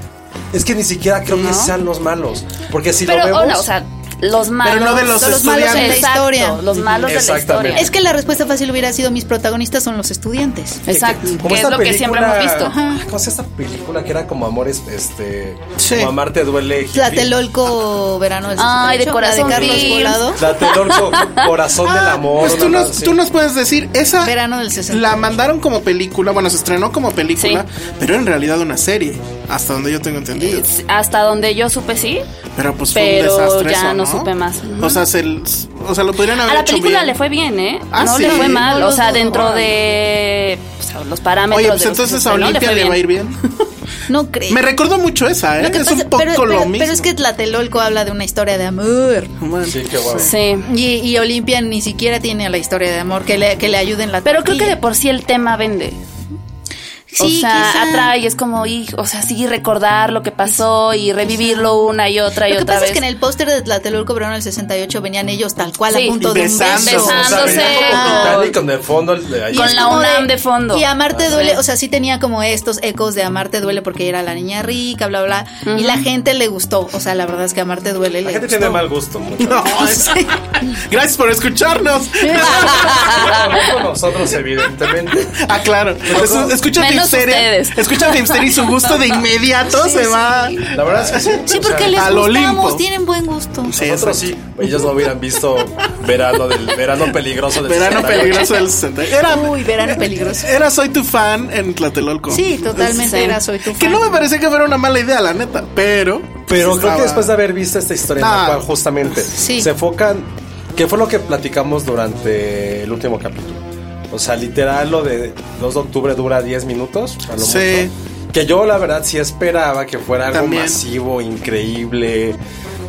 S2: es que ni siquiera creo que
S5: ¿No?
S2: sean los malos. Porque si lo
S5: Pero,
S2: vemos.
S5: hola, o sea, los malos.
S4: no de los
S5: malos de la
S4: estudiantes.
S5: historia.
S3: Exacto,
S5: Los malos de la
S2: Exactamente.
S5: historia.
S3: Es que la respuesta fácil hubiera sido: mis protagonistas son los estudiantes.
S5: Exacto,
S2: Como
S5: que es
S2: esta
S5: lo que siempre hemos
S2: película-
S5: visto.
S2: Ay, ¿Cómo se llama esta película que era como amores, este.
S4: Sí.
S2: Como amarte duele. hippie?
S3: Tlatelolco verano del
S5: Ay, de
S3: 68,
S5: corazón
S3: la de Carlos
S5: firme.
S3: Volado.
S2: Tlatelolco, corazón del amor.
S4: Pues tú
S2: una
S4: nos,
S2: cosa
S4: tú
S2: así.
S4: nos puedes decir, esa
S3: Verano del 68.
S4: la mandaron como película, bueno, se estrenó como película, pero en realidad una serie, hasta donde yo tengo entendido.
S5: Es- Hasta donde yo supe, sí.
S4: Pero pues fue
S5: Pero
S4: un desastre
S5: ya
S4: eso,
S5: no supe más.
S4: O sea, se, l- o sea, lo podrían haber
S5: A la
S4: hecho
S5: película
S4: bien.
S5: le fue bien, ¿eh?
S4: Ah,
S5: no
S4: sí.
S5: le fue mal.
S3: No
S5: O
S3: lo
S5: sea,
S3: dudo.
S5: dentro de o sea, los parámetros.
S4: Oye,
S5: de
S4: pues
S5: los que se
S4: entonces a
S5: estrenó,
S4: Olimpia le
S5: fue
S4: va a ir
S5: bien.
S4: bien.
S3: No creo.
S4: Me recordó mucho esa, ¿eh?
S3: Lo que
S4: es
S3: pasa-
S4: un poco
S3: pero, pero-
S4: lo mismo.
S3: pero es que Tlatelolco habla de una historia de amor.
S4: Bueno,
S2: Sí, qué guapo.
S5: Sí.
S3: Y, y Olimpia ni siquiera tiene la historia de amor que le, que le ayude en la
S5: Pero creo que de
S3: taquilla.
S5: por sí el tema vende.
S3: Sí,
S5: o sea,
S3: quizá.
S5: atrae, es como, y- o sea, sí, recordar lo que pasó y revivirlo una y otra y
S3: Lo que
S5: otra
S3: pasa
S5: vez.
S3: es que en el póster de Tlatelolco Verano del 68 venían ellos tal cual
S5: Sí.
S3: a punto de un
S4: Besándose.
S3: beso.
S2: O sea,
S5: Besándose.
S2: venía
S4: Ah.
S2: como Titanic con el fondo. el de ahí.
S3: Y
S5: Con
S3: es
S5: la
S3: como
S5: UNAM de fondo.
S3: Y Amarte
S5: Ah, sí.
S3: duele, o sea, sí tenía como estos ecos de Amarte duele porque era la niña rica, bla, bla. bla. Y la gente le gustó. O sea, la verdad es que Amarte duele.
S2: La
S3: le
S2: gente
S3: gustó.
S2: tiene mal gusto. mucho.
S4: No, Gracias por escucharnos.
S2: No con nosotros, evidentemente.
S4: ah, claro. Eso- Escucha
S5: Menos
S4: Filmsteria.
S5: ustedes.
S4: Escucha Filmsteria y su gusto de inmediato se va.
S2: La verdad es que sí.
S3: Sí,
S2: o sea,
S3: porque les
S4: al
S3: gustamos,
S4: Olimpo.
S3: tienen buen gusto.
S4: Sí,
S2: Nosotros sí. Ellos no hubieran visto verano, del, verano peligroso del
S4: Verano
S2: 68.
S4: peligroso del 60. Era,
S3: Uy, verano peligroso.
S4: era Soy tu fan en Tlatelolco.
S3: Sí, totalmente
S5: Sí.
S3: era soy tu
S4: Que
S3: fan.
S4: no me parecía que fuera una mala idea, la neta. Pero.
S2: Pero creo
S4: estaba-
S2: que después de haber visto esta historia, en la
S4: Ah.
S2: cual justamente
S3: Sí.
S2: se enfocan, que fue lo que platicamos durante el último capítulo. O sea, literal, lo de 2 de octubre dura 10 minutos. a lo
S4: Sí.
S2: mucho. Que yo, la verdad, sí esperaba que fuera algo
S4: También.
S2: masivo, increíble.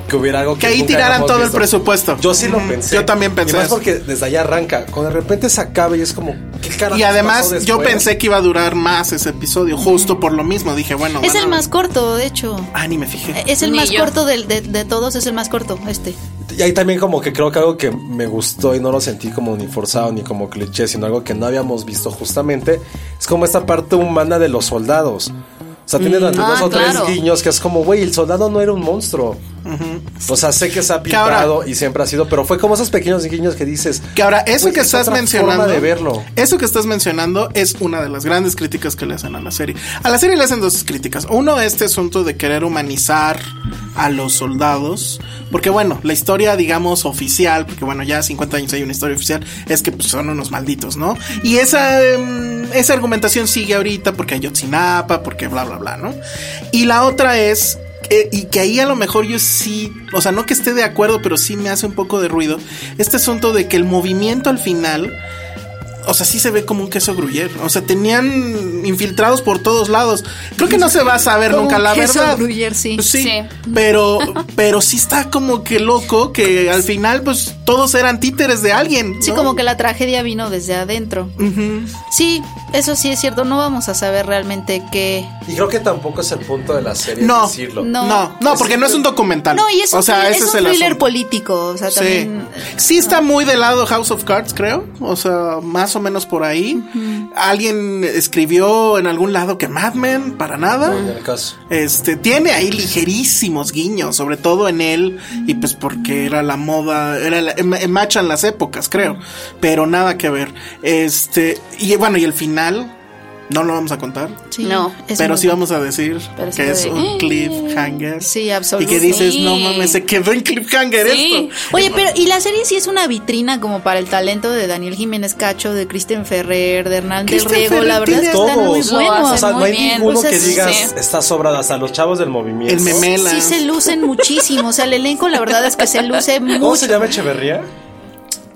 S2: Que hubiera algo que.
S4: Que ahí
S2: nunca
S4: tiraran
S2: habíamos
S4: todo el
S2: visto.
S4: presupuesto.
S2: Yo sí lo
S4: Ujú.
S2: pensé.
S4: Yo también pensé
S2: Y más
S4: eso.
S2: porque desde allá arranca. Cuando de repente se acaba y es como. ¿Qué carajo?
S4: Y además, yo pensé que iba a durar más ese episodio, justo por lo mismo. Dije, bueno.
S3: Mm. Es
S4: van a-
S3: el más Eh, corto, de hecho.
S4: Ah, ni me fijé.
S3: Es el
S5: Ni
S3: más
S5: yo.
S3: corto del- de, de todos, es el más corto, este.
S2: Y ahí también como que creo que algo que me gustó y no lo sentí como ni forzado ni como cliché, sino algo que no habíamos visto justamente, es como esta parte humana de los soldados. O sea,
S4: Mm.
S2: tiene durante
S5: Ah,
S2: dos o
S5: claro.
S2: tres guiños que es como, güey, el soldado no era un monstruo. O sea, sé que se ha
S4: Que ahora-
S2: pintado y siempre ha sido, pero fue como esos pequeños guiños que dices.
S4: Que ahora, eso
S2: güey,
S4: que
S2: Pues es
S4: estás
S2: otra
S4: mencionando.
S2: Forma de verlo.
S4: Eso que estás mencionando es una de las grandes críticas que le hacen a la serie. A la serie le hacen dos críticas. Uno, este asunto de querer humanizar a los soldados. Porque, bueno, la historia, digamos, oficial, porque, bueno, ya 50 años hay una historia oficial, es que pues, son unos malditos, ¿no? Y esa. em, esa argumentación sigue ahorita porque Ayotzinapa, porque bla, bla, bla, ¿no? Y la otra es, eh, y que ahí a lo mejor yo sí, o sea, no que esté de acuerdo, pero sí me hace un poco de ruido, este asunto de que el movimiento al final, o sea, sí se ve como un queso gruyer, o sea, tenían infiltrados por todos lados. Creo que no se va a saber
S3: Como
S4: nunca
S3: un
S4: la
S3: queso
S4: verdad.
S3: gruyere, sí.
S4: Sí,
S5: Sí.
S4: pero pero sí está como que loco que al final pues todos eran títeres de alguien.
S3: Sí,
S4: ¿no? Mm.
S3: como que la tragedia vino desde adentro. Sí, eso sí es cierto. No vamos a saber realmente qué.
S2: Y creo que tampoco es el punto de la serie
S4: No.
S2: decirlo.
S3: No.
S4: No, no, porque no es un documental.
S3: No, y es un,
S4: o sea,
S3: thriller-
S4: ese
S3: es
S4: es
S3: un
S4: el
S3: thriller
S4: asunto.
S3: político. O sea,
S4: Sí.
S3: también. eh,
S4: Sí está muy del lado House of Cards, creo. O sea, más o menos por ahí. Alguien escribió en algún lado que Mad Men, para nada.
S2: En el caso.
S4: Este, tiene ahí ligerísimos guiños, sobre todo en él, y pues porque era la moda, era la, em- em- machan las épocas, creo, pero nada que ver. Este, y bueno, y el final, no lo vamos a contar,
S3: Sí,
S5: No,
S3: es
S4: pero
S3: muy-
S4: sí vamos a decir
S5: Pero sí
S4: que es
S5: de-
S4: un cliffhanger.
S3: Sí,
S4: Y que
S3: absolutamente.
S4: dices,
S5: Sí.
S4: no mames, se quedó en cliffhanger
S5: Sí.
S4: esto.
S3: Oye, pero y la serie sí es una vitrina como para el talento de Daniel Jiménez Cacho, de Cristian Ferrer, de Hernán del
S4: Cristian
S3: Riego.
S4: Ferrer
S3: La verdad
S4: tiene
S3: están muy Pues
S2: Todos.
S5: Lo
S3: buenos.
S5: hace
S2: O sea, no
S5: muy
S2: hay
S5: bien.
S2: ninguno
S3: O sea,
S2: que
S3: sí.
S2: digas
S5: Sí.
S2: está sobrado. Hasta los chavos del movimiento.
S4: El memela.
S3: Sí se lucen muchísimo. O sea, el elenco la verdad es que se luce
S2: ¿Cómo se
S3: mucho.
S2: llama Echeverría?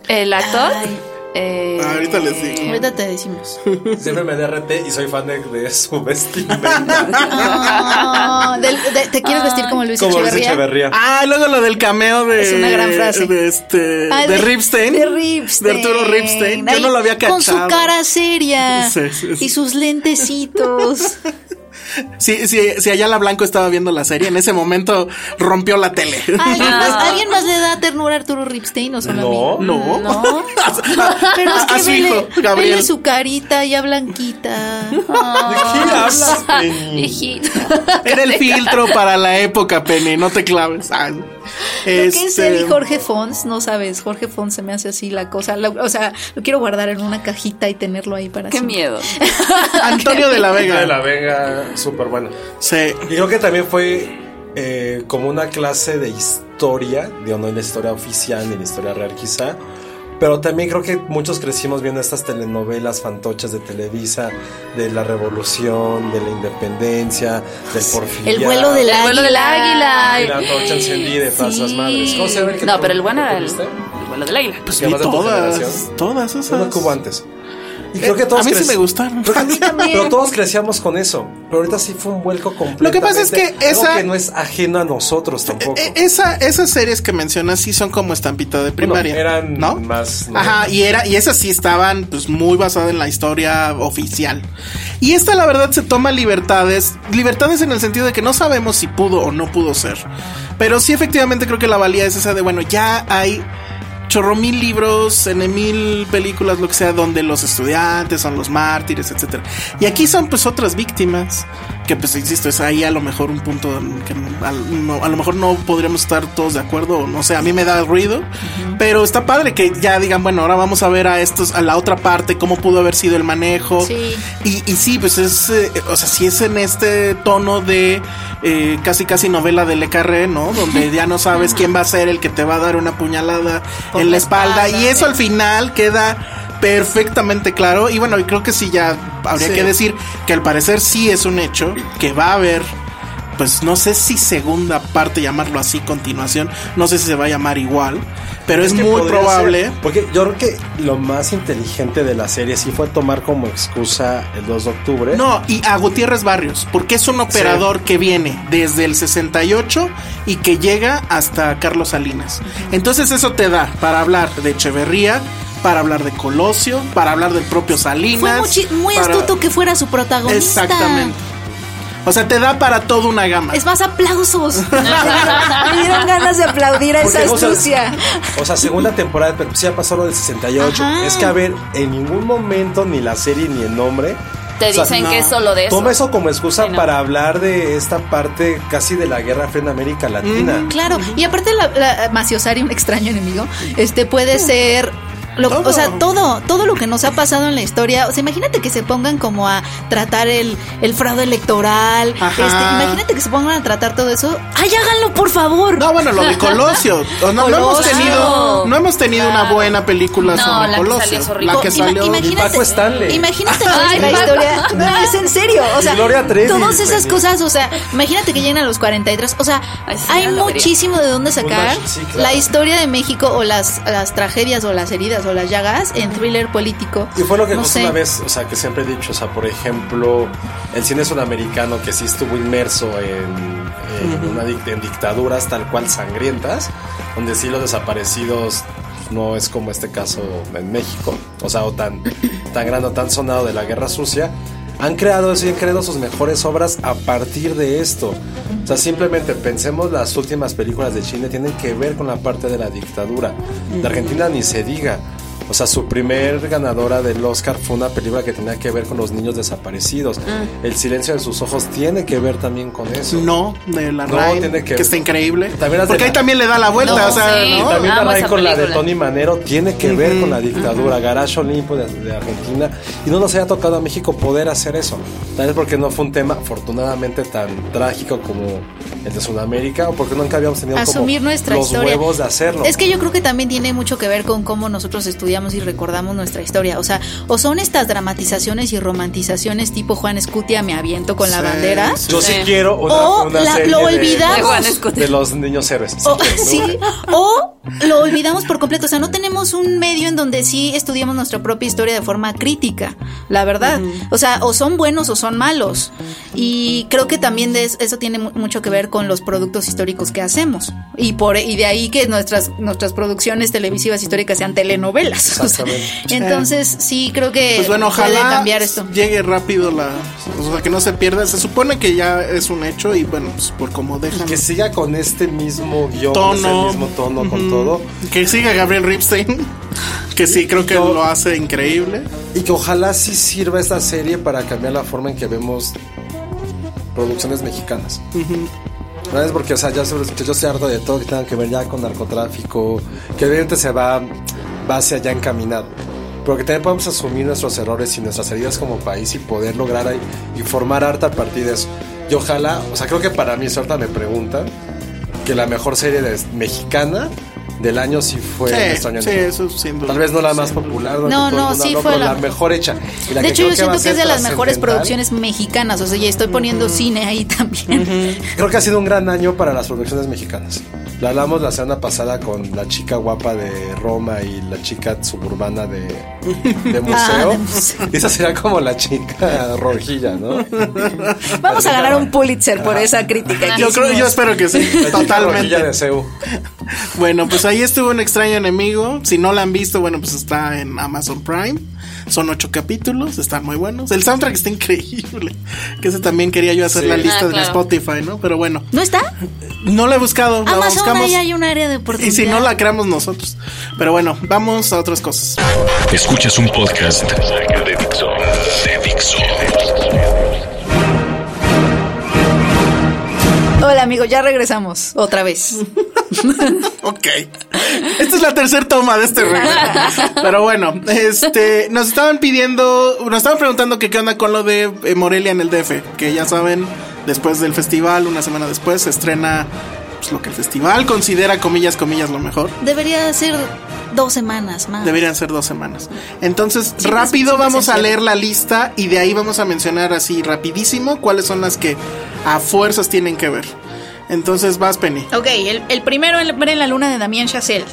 S5: El actor.
S3: Ay.
S5: eh,
S4: Ahorita les digo.
S3: Ahorita te decimos.
S2: Siempre me derrete y soy fan de, de su vestimenta.
S3: No, Ah, del- de- ¿Te quieres vestir como Luis
S2: Como dice
S3: Echeverría?
S2: Echeverría.
S4: Ah, y luego lo del cameo de.
S3: Es una gran frase.
S4: De este.
S3: Ah,
S4: de, Ripstein.
S3: De Ripstein.
S4: De Arturo Ripstein. Yo
S3: Ahí,
S4: no lo había cachado.
S3: Con su cara seria.
S4: Sí, sí, sí.
S3: Y sus lentecitos.
S4: Si, si, si Ayala Blanco estaba viendo la serie, en ese momento rompió la tele.
S3: Ah, ¿Alguien, más, ¿alguien más le da ternura a Arturo Ripstein o solo a
S2: No,
S3: mí?
S4: no. Ah,
S3: No. Pero es
S4: A
S3: que
S4: su
S3: vele,
S4: hijo, Gabriel.
S3: vele su carita ya blanquita.
S2: ¿De quién hablas, Penny?
S5: Viejito.
S4: Era el filtro para la época, Penny. No te claves. Ah, no.
S3: ¿Qué es
S4: Este,
S3: él y Jorge Fons? No sabes, Jorge Fons se me hace así la cosa. Lo- o sea, lo quiero guardar en una cajita y tenerlo ahí para
S5: Qué
S3: siempre.
S5: miedo.
S4: Antonio de la
S2: Venga de
S4: Vega.
S2: la Vega, súper buena.
S4: Sí.
S2: Y creo que también fue eh, como una clase de historia, digo, no en la historia oficial ni la historia real quizá, pero también creo que muchos crecimos viendo estas telenovelas fantochas de Televisa, de la revolución, de la independencia, del porfiriato.
S3: El vuelo del
S5: El vuelo del
S3: águila.
S5: águila.
S2: Y la torcha encendida y todas esas madres. ¿Cómo se llama el que
S5: No,
S2: tú-
S5: pero el bueno
S2: que tú
S5: era el,
S2: viste?
S5: el vuelo del águila.
S4: Pues
S2: ¿Qué
S4: vi
S2: más de tu
S4: todas.
S2: generación?
S4: Todas
S2: Uno
S4: esas.
S2: que hubo antes. Y creo que todos
S4: eh, a mí sí
S2: crec-
S4: me gustaron.
S2: Creo que-
S3: también.
S2: pero todos crecíamos con eso. Pero ahorita sí fue un vuelco completo.
S4: Lo que pasa es que esa-
S2: que no es ajeno a nosotros tampoco.
S4: E- esa- esas series que mencionas sí son como estampita de primaria.
S2: Bueno, eran
S4: ¿no?
S2: más-
S4: Ajá, y, era, y esas sí estaban pues muy basadas en la historia oficial. Y esta la verdad se toma libertades, libertades en el sentido de que no sabemos si pudo o no pudo ser. Pero sí efectivamente creo que la valía es esa de, bueno, ya hay chorro mil libros, en mil películas, lo que sea, donde los estudiantes son los mártires, etcétera. Y aquí son pues otras víctimas, que pues insisto, es ahí a lo mejor un punto en que a, no- a lo mejor no podríamos estar todos de acuerdo, o no sé, a mí me da ruido, pero está padre que ya digan, bueno, ahora vamos a ver a estos, a la otra parte, cómo pudo haber sido el manejo.
S3: Sí.
S4: Y, y sí, pues es, eh, o sea, sí es en este tono de eh, casi casi novela de Le Carré, ¿no? Donde ya no sabes quién va a ser el que te va a dar una puñalada
S3: Por
S4: en la
S3: la
S4: espalda.
S3: espalda,
S4: y eso
S3: sí.
S4: al final queda perfectamente claro. Y bueno, y creo que sí ya habría que decir que al parecer sí es un hecho que va a haber. Pues no sé si segunda parte llamarlo así, continuación. No sé si se va a llamar igual, pero es,
S2: que
S4: muy
S2: podría
S4: probable.
S2: ser, porque yo creo que lo más inteligente de la serie sí fue tomar como excusa el 2 de octubre.
S4: No, y a Gutiérrez Barrios, porque es un operador que viene desde el 68 y que llega hasta Carlos Salinas. Entonces eso te da para hablar de Echeverría, para hablar de Colosio, para hablar del propio
S3: Fue
S4: Salinas.
S3: muchi- muy
S4: para-
S3: astuto que fuera su protagonista.
S4: Exactamente. O sea, te da para toda una gama.
S3: Es más, aplausos. De verdad, Me dieron ganas de aplaudir a
S2: Porque,
S3: esa
S2: o sea,
S3: astucia.
S2: O sea, segunda temporada, pero sí ya pasó lo del 68.
S3: Ajá.
S2: Es que, a ver, en ningún momento, ni la serie ni el nombre.
S5: Te
S2: o sea,
S5: dicen
S4: no.
S5: que es solo de eso.
S2: Toma eso como excusa
S5: Sí, no.
S2: para hablar de esta parte casi de la guerra fría en América Latina.
S3: Claro, y aparte la, la Maciosari, un extraño enemigo, este puede ser lo-
S4: Todo.
S3: o sea, todo, todo lo que nos ha pasado en la historia, o sea, imagínate que se pongan como a tratar el, el fraude electoral, este,
S4: Ajá.
S3: imagínate que se pongan a tratar todo eso, ay, háganlo por favor.
S4: No, bueno, lo de Colosio. O No, no hemos
S5: Colosio.
S4: tenido, no hemos tenido una
S5: Claro.
S4: buena película
S5: No,
S4: sobre
S5: la que
S4: Colosio.
S5: salió es horrible.
S4: La que
S3: Ima-
S4: salió.
S3: imagínate,
S2: Paco Stanley.
S3: imagínate
S5: Ay,
S3: nuestra
S5: Paco.
S3: historia. No, es en serio. O sea,
S2: Y Gloria Trevi,
S3: todas esas
S2: güey.
S3: cosas. O sea, imagínate que lleguen a los 43. O sea,
S5: Ay, sí,
S3: hay
S5: ya lo vería.
S3: muchísimo de dónde sacar
S2: Una- sí, claro.
S3: la historia de México o las, las tragedias o las heridas o las llagas en thriller político.
S2: Y fue lo que
S3: no
S2: justo
S3: sé.
S2: una vez, o sea, que siempre he dicho, o sea, por ejemplo, el cine sudamericano que sí estuvo inmerso en, en una dic- en dictaduras tal cual sangrientas, donde sí los desaparecidos no es como este caso en México, o sea, o tan, tan grande o tan sonado de la guerra sucia, han creado y han creado sus mejores obras a partir de esto. O sea, simplemente pensemos las últimas películas de Chile tienen que ver con la parte de la dictadura. De Argentina ni se diga. O sea, su primer ganadora del Oscar fue una película que tenía que ver con los niños desaparecidos.
S3: Mm.
S2: El silencio de sus ojos tiene que ver también con eso.
S4: No, de la
S2: No,
S4: RAI,
S2: tiene
S4: que,
S2: que-
S4: está increíble.
S2: También las de
S4: Porque ahí
S2: la-
S4: también le da la vuelta,
S5: No,
S4: o sea,
S5: sí.
S4: ¿no?
S2: También
S5: Amo
S2: la
S5: esa
S2: con la de
S5: película.
S2: Tony Manero tiene que ver con la dictadura, Garaje Olimpo de, de Argentina, y no nos haya tocado a México poder hacer eso. Tal vez porque no fue un tema afortunadamente tan trágico como el de Sudamérica, o porque nunca habíamos tenido como
S3: asumir nuestra
S2: los
S3: historia.
S2: huevos de hacerlo.
S3: Es que yo creo que también tiene mucho que ver con cómo nosotros estudiamos y recordamos nuestra historia. O sea, o son estas dramatizaciones y romantizaciones tipo Juan Escutia, me aviento con la
S4: Sí.
S3: bandera.
S2: Yo sí,
S5: Sí.
S2: quiero una,
S3: O
S2: una
S3: la-
S2: serie
S3: lo
S2: de-
S3: olvidamos.
S5: De Juan
S2: de,
S5: Escutia.
S2: los niños héroes. Sí,
S3: O,
S2: quiero.
S3: sí, o lo olvidamos por completo. O sea, no tenemos un medio en donde sí estudiamos nuestra propia historia de forma crítica, la verdad. O sea, o son buenos o son malos. Y creo que también de es- eso tiene mu- mucho que ver con los productos históricos que hacemos. Y, por, y de ahí que nuestras, nuestras producciones televisivas históricas sean telenovelas. O sea,
S2: Exactamente. Eh.
S3: entonces, sí, creo que
S4: Pues bueno,
S3: puede
S4: ojalá
S3: cambiar esto.
S4: llegue rápido la... O sea, que no se pierda. Se supone que ya es un hecho y bueno, pues por cómo dejan...
S2: Que siga con este mismo guión, con ese
S4: Tono.
S2: mismo tono, con todo.
S4: Que siga Gabriel Ripstein, que sí creo que lo hace increíble.
S2: Y que ojalá sí sirva esta serie para cambiar la forma en que vemos producciones mexicanas. ¿No es Porque, o sea, ya sobre- yo estoy harto de todo que tenga que ver ya con narcotráfico, que obviamente se va, va hacia allá encaminado. Pero que también podemos asumir nuestros errores y nuestras heridas como país y poder lograr ahí- y formar harta a partir de eso. Y ojalá, o sea, creo que para mí, suelta me preguntan que la mejor serie de- mexicana del año sí fue El
S4: Sí,
S2: extraño en
S4: sí,
S2: el-
S4: eso sin
S2: Pues,
S4: duda.
S2: Tal vez no la
S4: Sí.
S2: más popular,
S3: No,
S2: todo el
S3: no,
S2: mundo
S3: sí
S2: habló,
S3: fue
S2: pero
S3: la-
S2: la mejor hecha. Y la
S3: De hecho,
S2: creo
S3: yo
S2: va a
S3: siento que
S2: ser
S3: es de las mejores
S2: trascendental.
S3: producciones mexicanas. O sea, ya estoy poniendo cine ahí también.
S2: Creo que ha sido un gran año para las producciones mexicanas. La hablamos la semana pasada con la chica guapa de Roma y la chica suburbana de, de museo.
S3: Ah, de museo.
S2: Esa será como la chica rojilla, ¿no?
S3: Vamos a ganar un Pulitzer por esa crítica. que
S4: Ah. Yo creo, yo
S3: hicimos.
S4: espero que sí,
S2: La chica rojilla
S4: totalmente.
S2: de CEU.
S4: Bueno, pues ahí estuvo un extraño enemigo. Si no la han visto, bueno, pues está en Amazon Prime. Son ocho capítulos, están muy buenos. El soundtrack está increíble. Que ese también quería yo hacer
S2: Sí.
S4: la lista
S5: Ah,
S4: de
S5: claro.
S4: Spotify, ¿no? Pero bueno,
S3: ¿No está?
S4: no la he buscado, la
S3: Amazon
S4: buscamos.
S3: ahí hay un área de oportunidad.
S4: Y si no la creamos nosotros. Pero bueno, vamos a otras cosas.
S1: Escuchas un podcast de Dixo. De Dixo.
S3: Hola amigos, ya regresamos otra vez.
S4: Ok. Esta es la tercera toma de este regalo. Pero bueno, este, nos estaban pidiendo, nos estaban preguntando que qué onda con lo de eh, Morelia en el DF, que ya saben, después del festival, una semana después, se estrena pues, lo que el festival considera, comillas, comillas, lo mejor.
S3: Debería ser dos semanas más.
S4: Deberían ser dos semanas. Entonces,
S3: Sí, pues,
S4: rápido
S3: sí, sí,
S4: vamos
S3: sí,
S4: a
S3: sí.
S4: leer la lista y de ahí vamos a mencionar así rapidísimo cuáles son las que a fuerzas tienen que ver. Entonces vas, Penny.
S3: Ok, el, el primero el hombre en la luna de Damián Chazelle.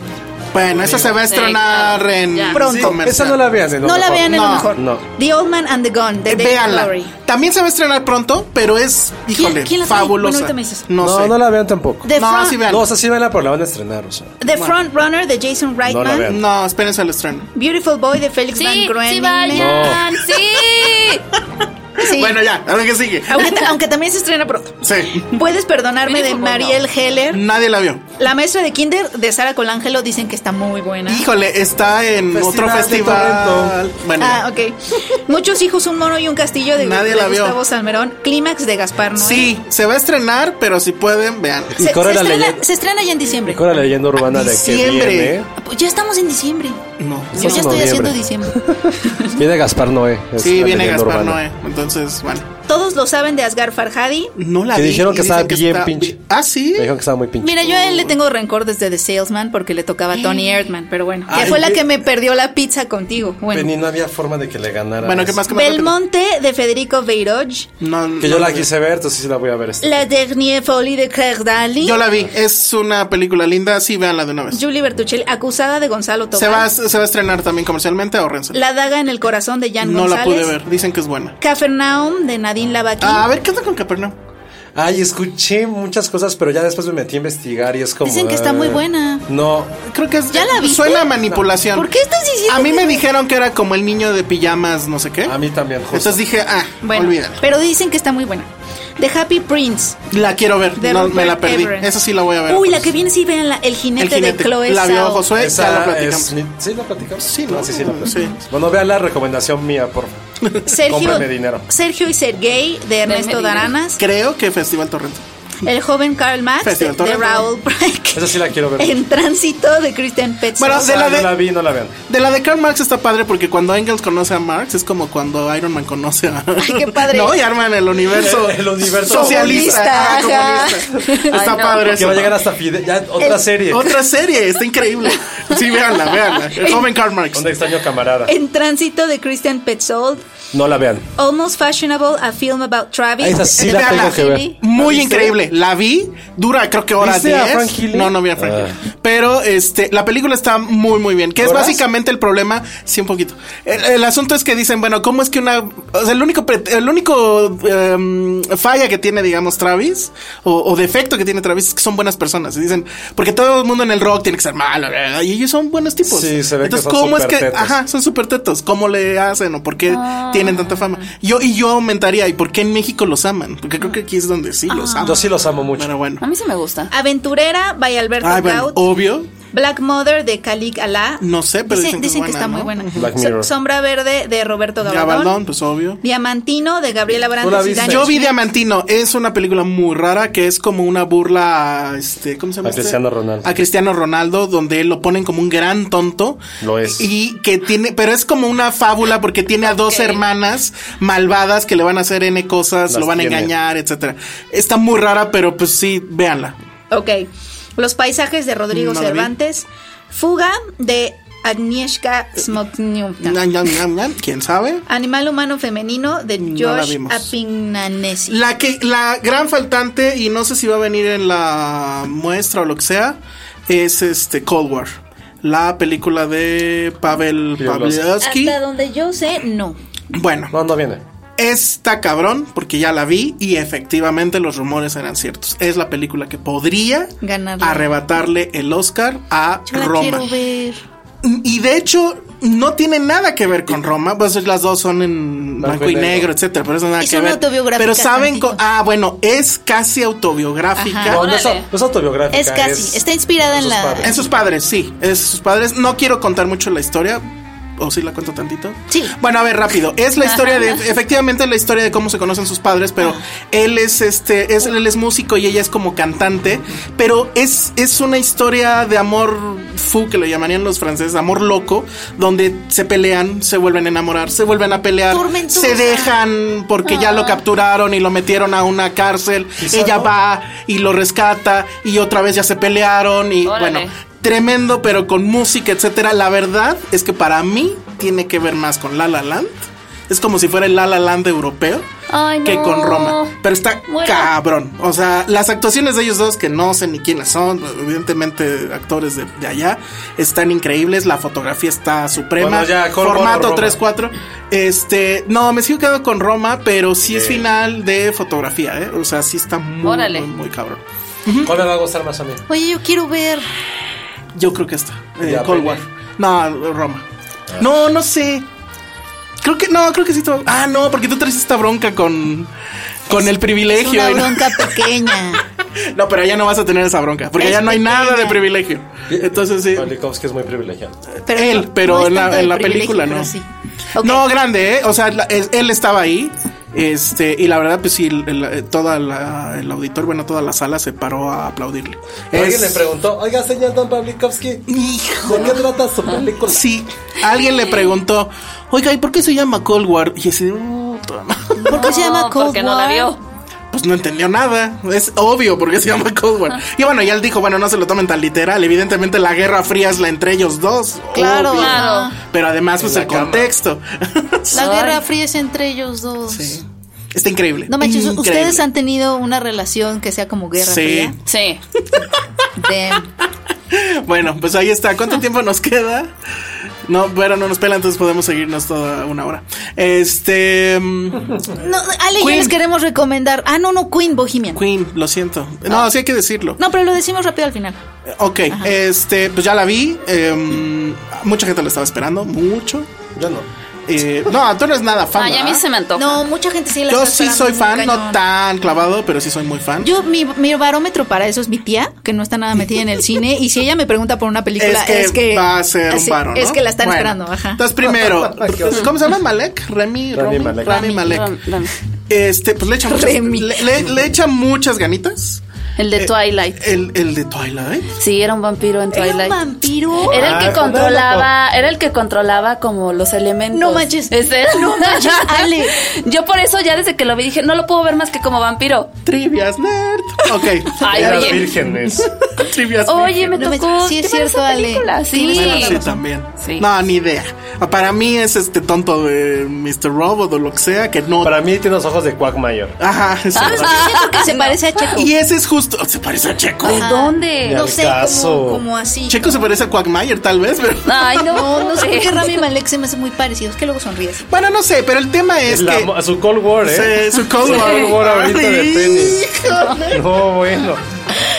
S4: Bueno, esa se va a
S5: Sí,
S4: estrenar
S5: claro.
S4: en
S5: Ya.
S3: Pronto.
S4: comercial.
S2: Esa no la vean, en lo
S3: No la
S2: mejor.
S3: vean en lo
S4: No,
S3: mejor.
S2: no.
S3: The Old Man and the Gun, de
S4: Eh,
S3: David
S4: véanla.
S3: Lowry.
S4: También se va a estrenar pronto, pero es,
S3: ¿Quién-
S4: híjole,
S3: quién la trae? Bueno,
S4: fabulosa.
S3: ahorita me dices.
S4: No,
S2: No,
S4: sé.
S2: no la vean tampoco.
S3: The,
S4: No,
S3: front,
S4: sí vean.
S2: No, o sea, sí veanla, pero la van a estrenar, o sea.
S3: The Front Runner, de Jason Reitman.
S2: vean.
S4: No, espérense al estreno.
S3: Beautiful Boy, de Felix Van
S5: Sí, sí
S3: Groening.
S5: vayan, sí.
S3: Sí. Ah,
S4: Bueno, ya, a ver qué sigue.
S3: aunque, ta- aunque también se estrena pronto.
S4: Sí,
S3: Puedes perdonarme de
S5: Beautiful Boy, no.
S3: Mariel Heller.
S4: nadie la vio.
S3: La maestra de Kinder de Sara Colangelo dicen que está muy buena.
S4: Híjole, está en
S2: Festival
S4: otro
S2: de
S4: festival. Bueno,
S3: Ah, ok. Muchos hijos, un mono y un castillo de,
S4: Nadie
S3: de
S4: la vio.
S3: Gustavo Salmerón. Clímax de Gaspar Noé.
S4: sí, se va a estrenar, pero si pueden, vean.
S3: Se,
S2: Y corre
S3: se
S2: la
S3: estrena,
S2: leyenda.
S3: se estrena ya en diciembre.
S2: Con la leyenda urbana de que
S4: Diciembre.
S2: viene,
S3: Ah, pues ya estamos en diciembre.
S4: No.
S3: Yo ya estoy
S2: noviembre.
S3: haciendo diciembre.
S2: viene Gaspar Noé. es
S4: Sí,
S2: la
S4: viene
S2: leyenda
S4: Gaspar
S2: urbana.
S4: Noé. Entonces, bueno,
S3: Todos lo saben de Asgar Farhadi.
S4: no la
S2: Que
S4: vi.
S2: dijeron
S4: y
S2: que estaba
S4: dicen
S2: bien pinche.
S4: Ah, sí.
S2: Me dijeron que estaba muy pinche.
S3: Mira, yo a él le tengo rencor desde The Salesman porque le tocaba a Tony Erdman, pero bueno. Que
S2: Ay,
S3: fue la
S2: yo-
S3: que me perdió la pizza contigo.
S2: Penny,
S3: Bueno.
S2: no había forma de que le ganara.
S4: Bueno, ¿qué más? ¿Qué más?
S3: Belmonte de Federico Beiroj.
S4: No,
S2: Que
S4: no
S2: yo la
S4: vi.
S2: quise ver, entonces sí la voy a ver. Este.
S3: La Dernier Folie de Claire Daly.
S4: Yo la vi. Es una película linda. Sí, véanla de una vez.
S3: Julie Bertuccelli, acusada de Gonzalo Tobar.
S4: Se va, a- se va a estrenar también comercialmente, ahorrense.
S3: La daga en el corazón de Jan
S4: No la
S3: González.
S4: pude ver, dicen que es buena. Ah,
S3: Cafarnaum de Nadine Lavaqui.
S4: A ver, ¿qué onda con Capernaum?
S2: Ay, escuché muchas cosas, pero ya después me metí a investigar y es como.
S3: Dicen que está
S2: ah,
S3: muy buena.
S2: No,
S4: Creo que es.
S3: ¿Ya la viste?
S4: Suena a manipulación.
S3: ¿Por qué estás diciendo
S4: A mí
S3: que
S4: me
S3: no?
S4: dijeron que era como el niño de pijamas, no sé qué.
S2: a mí también, justo.
S4: Entonces dije, ah,
S3: Bueno,
S4: olvídalo.
S3: pero dicen que está muy buena. The Happy Prince.
S4: La quiero ver.
S3: de
S4: No,
S3: Rupert
S4: me la perdí.
S3: Everett.
S4: Esa sí la voy a ver. pues.
S3: Uy, la que viene, sí, véanla. El jinete,
S4: El jinete.
S3: de Chloe
S4: la vio
S3: Zhao.
S4: Josué, ya la
S2: Esa
S4: platicamos.
S2: es mi- Sí, la platicamos.
S4: Sí, ¿no?
S2: Ah, sí, sí, la platicamos.
S4: Sí.
S2: Bueno, vean la recomendación mía, por favor.
S3: Sergio,
S2: Cómprame dinero.
S3: Sergio y Sergey de Ernesto
S5: dinero.
S3: Daranas.
S4: Creo que Festival Torrente.
S3: El joven Karl Marx de,
S4: Festival
S3: de
S4: Torrente.
S3: Raoul Break.
S2: Esa sí la quiero ver.
S3: En tránsito de Christian Petzold.
S4: Bueno, de
S2: Ah,
S4: la
S2: no
S4: de-
S2: la vi, no la vean.
S4: De la de Karl Marx está padre porque cuando Engels conoce a Marx es como cuando Iron Man conoce a.
S3: Ay, qué padre.
S4: No, y arman el universo.
S2: El universo
S4: socialista.
S3: comunista,
S4: Ah, comunista. Está
S5: Ay, no.
S4: padre
S2: Que
S4: eso.
S2: va a llegar hasta Fidel. Ya, otra serie.
S4: Otra serie, está increíble. Sí, véanla, véanla. El joven Karl Marx.
S2: Un extraño camarada.
S3: En tránsito de Christian Petzold.
S2: No la vean.
S3: Almost Fashionable, a film about Travis.
S2: Esa sí
S3: de
S2: la
S3: Frank
S2: tengo que ver.
S3: Healy.
S4: Muy increíble. La vi, dura creo que hora
S2: ¿Viste
S4: 10.
S2: a Frank Healy?
S4: No, no vi a Frank Healy. Pero este, la película está muy, muy bien. Que es
S2: Ah. ¿Horas?
S4: básicamente el problema. Sí, un poquito. El, el asunto es que dicen, bueno, ¿cómo es que una. O sea, el único, pre- el único em, falla que tiene, digamos, Travis, o, o defecto que tiene Travis, es que son buenas personas. Y dicen, porque todo el mundo en el rock tiene que ser malo. ¿verdad? Y ellos son buenos tipos.
S2: Sí, se ve que
S4: Entonces,
S2: son
S4: ¿cómo es que.
S2: supertetos.
S4: Ajá, son súper tetos. ¿Cómo le hacen o por qué tienen tanta fama?
S3: Ah.
S4: Yo y yo aumentaría. ¿Y por qué en México los aman? Porque creo que aquí es donde sí
S3: Ah.
S4: los aman.
S2: Yo sí los amo mucho.
S4: Pero bueno.
S5: A mí sí me gusta.
S3: Aventurera, by Alberto
S4: Ay, bueno,
S3: Gaut.
S4: obvio.
S3: Black Mother de Khalik Alá.
S4: No sé, pero
S3: dicen, dicen que, está muy
S4: ¿no?
S3: buena.
S2: Black
S3: So-
S2: Mirror.
S3: Sombra Verde de Roberto Gabaldón.
S4: Gabaldón, pues obvio.
S3: Diamantino de Gabriela
S2: ¿Tú la
S3: Brandes y
S2: viste?
S3: Dani
S4: Yo vi
S3: Schmidt.
S4: Diamantino, es una película muy rara que es como una burla a este, ¿cómo se
S2: A
S4: llama? este?
S2: Cristiano Ronaldo.
S4: A Cristiano Ronaldo, donde lo ponen como un gran tonto.
S2: Lo es.
S4: Y que tiene, pero es como una fábula porque tiene a dos
S3: Ok.
S4: hermanas malvadas que le van a hacer N cosas,
S2: Las
S4: lo van
S2: tiene.
S4: a engañar, etcétera. Está muy rara, pero pues sí, véanla.
S3: Ok. Los paisajes de Rodrigo
S4: Mm, No la vi.
S3: Cervantes. Fuga de Agnieszka Smotniuta.
S4: Ñam, ñam, ñam, ñam, ¿Quién sabe?
S3: Animal humano femenino de
S4: No la
S3: Josh
S4: vimos.
S3: Apignanesi.
S4: La que la gran faltante y no sé si va a venir en la muestra o lo que sea es este Cold War, la película de Pavel
S2: Pavlovsky.
S4: Pavlovsky.
S3: Hasta donde yo sé, no.
S4: Bueno,
S2: No, no viene.
S4: está cabrón porque ya la vi y efectivamente los rumores eran ciertos. Es la película que podría
S3: Ganarle.
S4: arrebatarle el Oscar a
S3: Yo la
S4: Roma.
S3: quiero ver.
S4: Y de hecho no tiene nada que ver con Roma, pues las dos son en
S2: Blanco
S4: blanco,
S2: y
S4: y negro,
S2: negro,
S4: etcétera, pero eso nada
S3: Y
S4: que
S3: son
S4: ver.
S3: autobiográficas
S4: Pero saben, co-
S3: tantito.
S4: ah, bueno, es casi autobiográfica.
S3: Ajá.
S2: No, no es,
S5: Órale.
S2: no es autobiográfica.
S3: Ah, Es casi. está inspirada en
S2: sus
S3: la.
S2: padres.
S4: En sus padres, sí, es sus padres. No quiero contar mucho la historia. ¿O sí la cuento tantito?
S3: Sí.
S4: Bueno, a ver, rápido. Es la historia de, efectivamente, la historia de cómo se conocen sus padres, pero
S3: Ah.
S4: él es este, es, él es músico y ella es como cantante, pero es, es una historia de amor fou, que lo llamarían los franceses, amor loco, donde se pelean, se vuelven a enamorar, se vuelven a pelear,
S3: Tormentosa. Ah.
S4: se dejan porque ya lo capturaron y lo metieron a una cárcel,
S2: Quizá
S4: ella
S2: no.
S4: va y lo rescata y otra vez ya se pelearon y
S5: Órale.
S4: bueno, tremendo, pero con música, etcétera. La verdad es que para mí tiene que ver más con La La Land. Es como si fuera el La La Land europeo
S5: Ay,
S4: que
S5: no.
S4: con Roma. Pero está
S5: Muero.
S4: cabrón. O sea, las actuaciones de ellos dos, que no sé ni quiénes son, evidentemente actores de, de allá, están increíbles. La fotografía está suprema.
S2: Bueno, ya, Col-
S4: Formato
S2: Roma.
S4: 3-4. Este, no, me sigo quedando con Roma, pero sí es final de fotografía, ¿eh? O sea, sí está muy,
S5: Órale.
S4: muy, muy cabrón.
S2: ¿Cuál me va a gustar más a mí?
S3: Oye, yo quiero ver.
S4: Yo creo que esta. eh,
S2: Ya, Ah.
S4: Cold
S2: Penny.
S4: War. No, Roma. No, no sé. Creo que no, creo que sí. te va- Ah, no, porque tú traes esta bronca con, con el
S3: Es
S4: privilegio.
S3: una
S4: y no-
S3: bronca pequeña.
S4: No, pero allá no vas a tener esa bronca, porque
S3: Es
S4: allá no hay nada
S3: pequeña.
S4: de privilegio. Entonces sí.
S2: Valikovsky es muy privilegiado.
S3: Pero
S4: él,
S3: no-
S4: pero
S3: no es
S4: en la,
S3: tanto
S4: en
S3: de
S4: la
S3: privilegio,
S4: película
S3: pero
S4: no.
S3: sí. Ok.
S4: No, grande, ¿eh? O sea, la- es- él estaba ahí. Este, y la verdad, pues sí, el, el- eh, toda la- el auditor, bueno, toda la sala se paró a aplaudirle.
S2: Alguien
S4: Es-
S2: le preguntó, oiga, señor Don Pavlikovsky,
S4: Hijo.
S2: ¿de qué trata su película?
S4: Sí, alguien le preguntó, oiga, ¿y por qué se llama Cold War? Y así, "Puta madre".
S3: ¿Por qué se llama
S5: No,
S3: Cold
S5: porque no la
S3: War?
S5: vio.
S4: pues no entendió nada. Es obvio porque se llama Cold War. Y bueno, ya él dijo, bueno, no se lo tomen tan literal. Evidentemente la guerra fría es la entre ellos dos.
S3: Claro,
S4: obvio.
S3: claro.
S4: Pero además, pues el contexto.
S3: La
S5: Ay.
S3: guerra fría es entre ellos dos.
S4: Sí. Está increíble.
S3: No manches,
S4: Increíble.
S3: ustedes han tenido una relación que sea como guerra
S4: Sí.
S3: fría.
S5: Sí.
S3: Damn.
S4: Bueno, pues ahí está. ¿Cuánto tiempo nos queda? No, pero no nos pela, entonces podemos seguirnos toda una hora. Este. mm,
S3: No, Ale, y yo
S4: Queen.
S3: les queremos recomendar. Ah, no, no, Queen Bohemian.
S4: Queen, lo siento. No, así hay que decirlo.
S3: Ah. No, pero lo decimos rápido al final.
S4: Eh, Ok, este, pues ya la vi. em, mucha gente la estaba esperando, mucho.
S2: Yo no.
S4: Eh, no, tú no eres nada fan.
S3: Ah,
S7: Ay, a mí
S4: ¿verdad?
S7: se me antoja.
S3: No, mucha gente sí la
S4: Yo
S3: está
S4: sí
S3: esperando
S4: soy
S3: muy
S4: fan, no
S3: cañón.
S4: tan clavado, pero sí soy muy fan.
S3: Yo, mi, mi barómetro para eso es mi tía, que no está nada metida en el cine. Y si ella me pregunta por una película,
S4: es que, va a ser un
S3: así-
S4: paro, ¿no?
S3: Es que la están
S4: Bueno,
S3: esperando, ajá.
S4: Entonces, primero, ¿cómo se llama Malek?
S2: Rami
S4: Remy, Rami
S2: Malek.
S4: Malek.
S7: Rami,
S4: Rami Malek.
S7: Ram- Ram-
S4: Este, pues le echa muchas,
S3: Remy.
S4: le, le- le echa muchas ganitas.
S7: El de
S4: Eh,
S7: Twilight.
S4: El, el de Twilight.
S7: Sí, era un vampiro en
S3: ¿Era un
S7: Twilight.
S3: vampiro?
S7: Era el
S2: Ah,
S7: que controlaba, era el que controlaba como los elementos.
S3: No manches.
S7: Este era.
S3: No manches, Ale.
S7: Yo por eso ya desde que lo vi dije, no lo puedo ver más que como vampiro.
S4: Trivias nerd. Ok.
S7: Ay,
S2: Eran
S7: oye.
S2: vírgenes.
S4: Trivias
S7: Oye, me
S3: Pues No manches.
S7: tocó.
S3: Sí,
S7: ¿qué
S3: es
S7: padre
S3: cierto,
S7: esa
S3: Ale.
S7: película. Sí.
S3: Tienes
S4: Bueno, sí,
S3: razón.
S4: también.
S7: Sí.
S4: No, ni idea. Para mí es este tonto de Mr. Robot o lo que sea, que no.
S2: Para mí tiene los ojos de Quagmire.
S4: Ajá, eso.
S7: Ah,
S5: Ah,
S3: Siento que se parece a Checo.
S4: Y ese es justo. Se parece a Checo.
S7: ¿De dónde?
S3: No
S2: al
S3: sé,
S2: caso.
S3: como, como así.
S4: Checo se parece a Quagmire, tal vez, pero.
S7: Ay, no.
S3: No, no sé por qué Rami Malek se me hace muy parecido. Es que luego sonríes.
S4: Bueno, no sé, pero el tema es
S2: La
S4: que.
S2: mo- su Cold War, ¿eh?
S4: se- su Cold War.
S2: Cold War ahorita de
S4: Ay,
S2: tenis. No, bueno.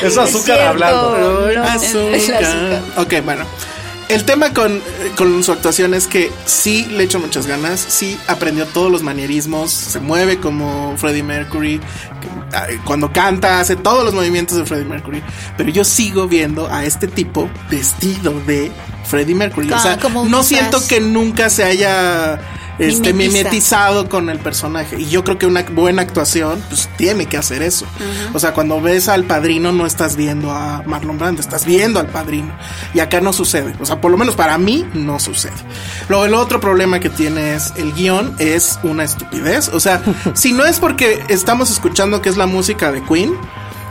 S2: Es azúcar
S3: cierto.
S2: hablando.
S3: No, no, es el
S4: azúcar.
S3: azúcar.
S4: Ok, bueno. El tema con, con su actuación es que sí le echó muchas ganas, sí aprendió todos los manierismos, se mueve como Freddie Mercury, que, ay, cuando canta hace todos los movimientos de Freddie Mercury, pero yo sigo viendo a este tipo vestido de Freddie Mercury. o
S3: Ah,
S4: sea,
S3: como un
S4: no
S3: disfraz.
S4: siento que nunca se haya este,
S3: Mimetiza.
S4: mimetizado con el personaje. Y yo creo que una buena actuación, pues tiene que hacer eso. O sea, cuando ves al padrino, no estás viendo a Marlon Brando, estás viendo al padrino. Y acá no sucede. O sea, por lo menos para mí, no sucede. Luego, el otro problema que tiene es el guión, es una estupidez. O sea, si no es porque estamos escuchando que es la música de Queen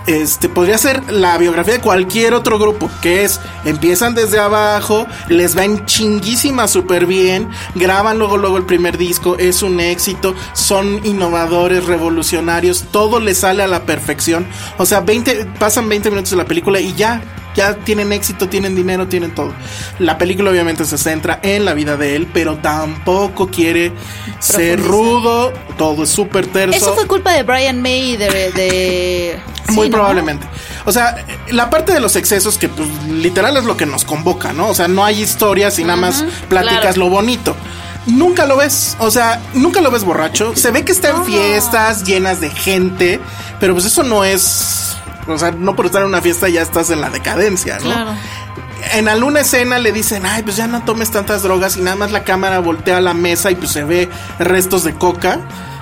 S4: este podría ser la biografía de cualquier otro grupo, que es empiezan desde abajo, les va en chinguísima súper bien, graban luego luego el primer disco, es un éxito, son innovadores, revolucionarios, todo les sale a la perfección. O sea, 20 pasan 20 minutos de la película y ya ya tienen éxito, tienen dinero, tienen todo. La película obviamente se centra en la vida de él, pero tampoco quiere ser rudo, todo es súper terso.
S3: Eso fue culpa de Brian May y de. de-
S4: Muy
S3: sí, ¿no?
S4: probablemente. O sea, la parte de los excesos que pues, literal es lo que nos convoca, ¿no? O sea, no hay historias y nada más platicas
S7: claro.
S4: lo bonito. Nunca lo ves, o sea, nunca lo ves borracho. Se ve que está en fiestas llenas de gente, pero pues eso no es... O sea, no por estar en una fiesta ya estás en la decadencia, ¿no?
S3: Claro.
S4: en alguna escena le dicen, ay, pues ya no tomes tantas drogas y nada más la cámara voltea a la mesa y pues se ve restos de coca,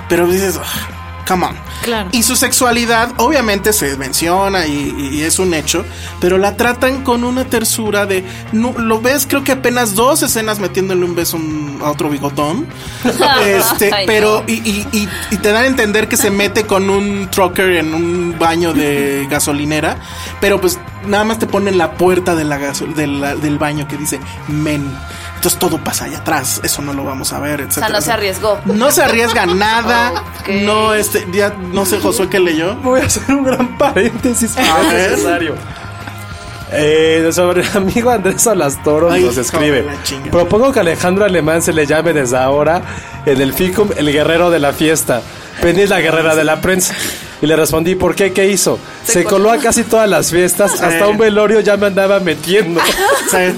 S4: pero dices, "Ugh, come on.
S3: Claro.
S4: Y su sexualidad obviamente se menciona y, y es un hecho, pero la tratan con una tersura de, no, lo ves creo que apenas dos escenas metiéndole un beso a un- a otro bigotón, este,
S7: Ay,
S4: pero y, y- y- y te dan a entender que se mete con un trucker en un baño de gasolinera, pero pues nada más te ponen la puerta de la gasol- de la- del baño que dice men. Entonces todo pasa allá atrás, eso no lo vamos a ver, etc.
S7: O sea, no se arriesgó.
S4: No se arriesga nada.
S7: Ok.
S4: No, este, ya no sé, Josué que leyó.
S2: Voy a hacer un gran paréntesis.
S4: A
S2: porque
S4: ver.
S2: es necesario. Eh, sobre el amigo Andrés Alastoro
S4: Ay,
S2: nos
S4: hijo
S2: escribe.
S4: de la chinga.
S2: Propongo que Alejandro Alemán se le llame desde ahora en el FICUM el guerrero de la fiesta. Penny es la guerrera de la prensa. Y le respondí, ¿por qué? ¿Qué hizo? Se coló a casi todas las fiestas, hasta un velorio ya me andaba metiendo.
S4: O sea,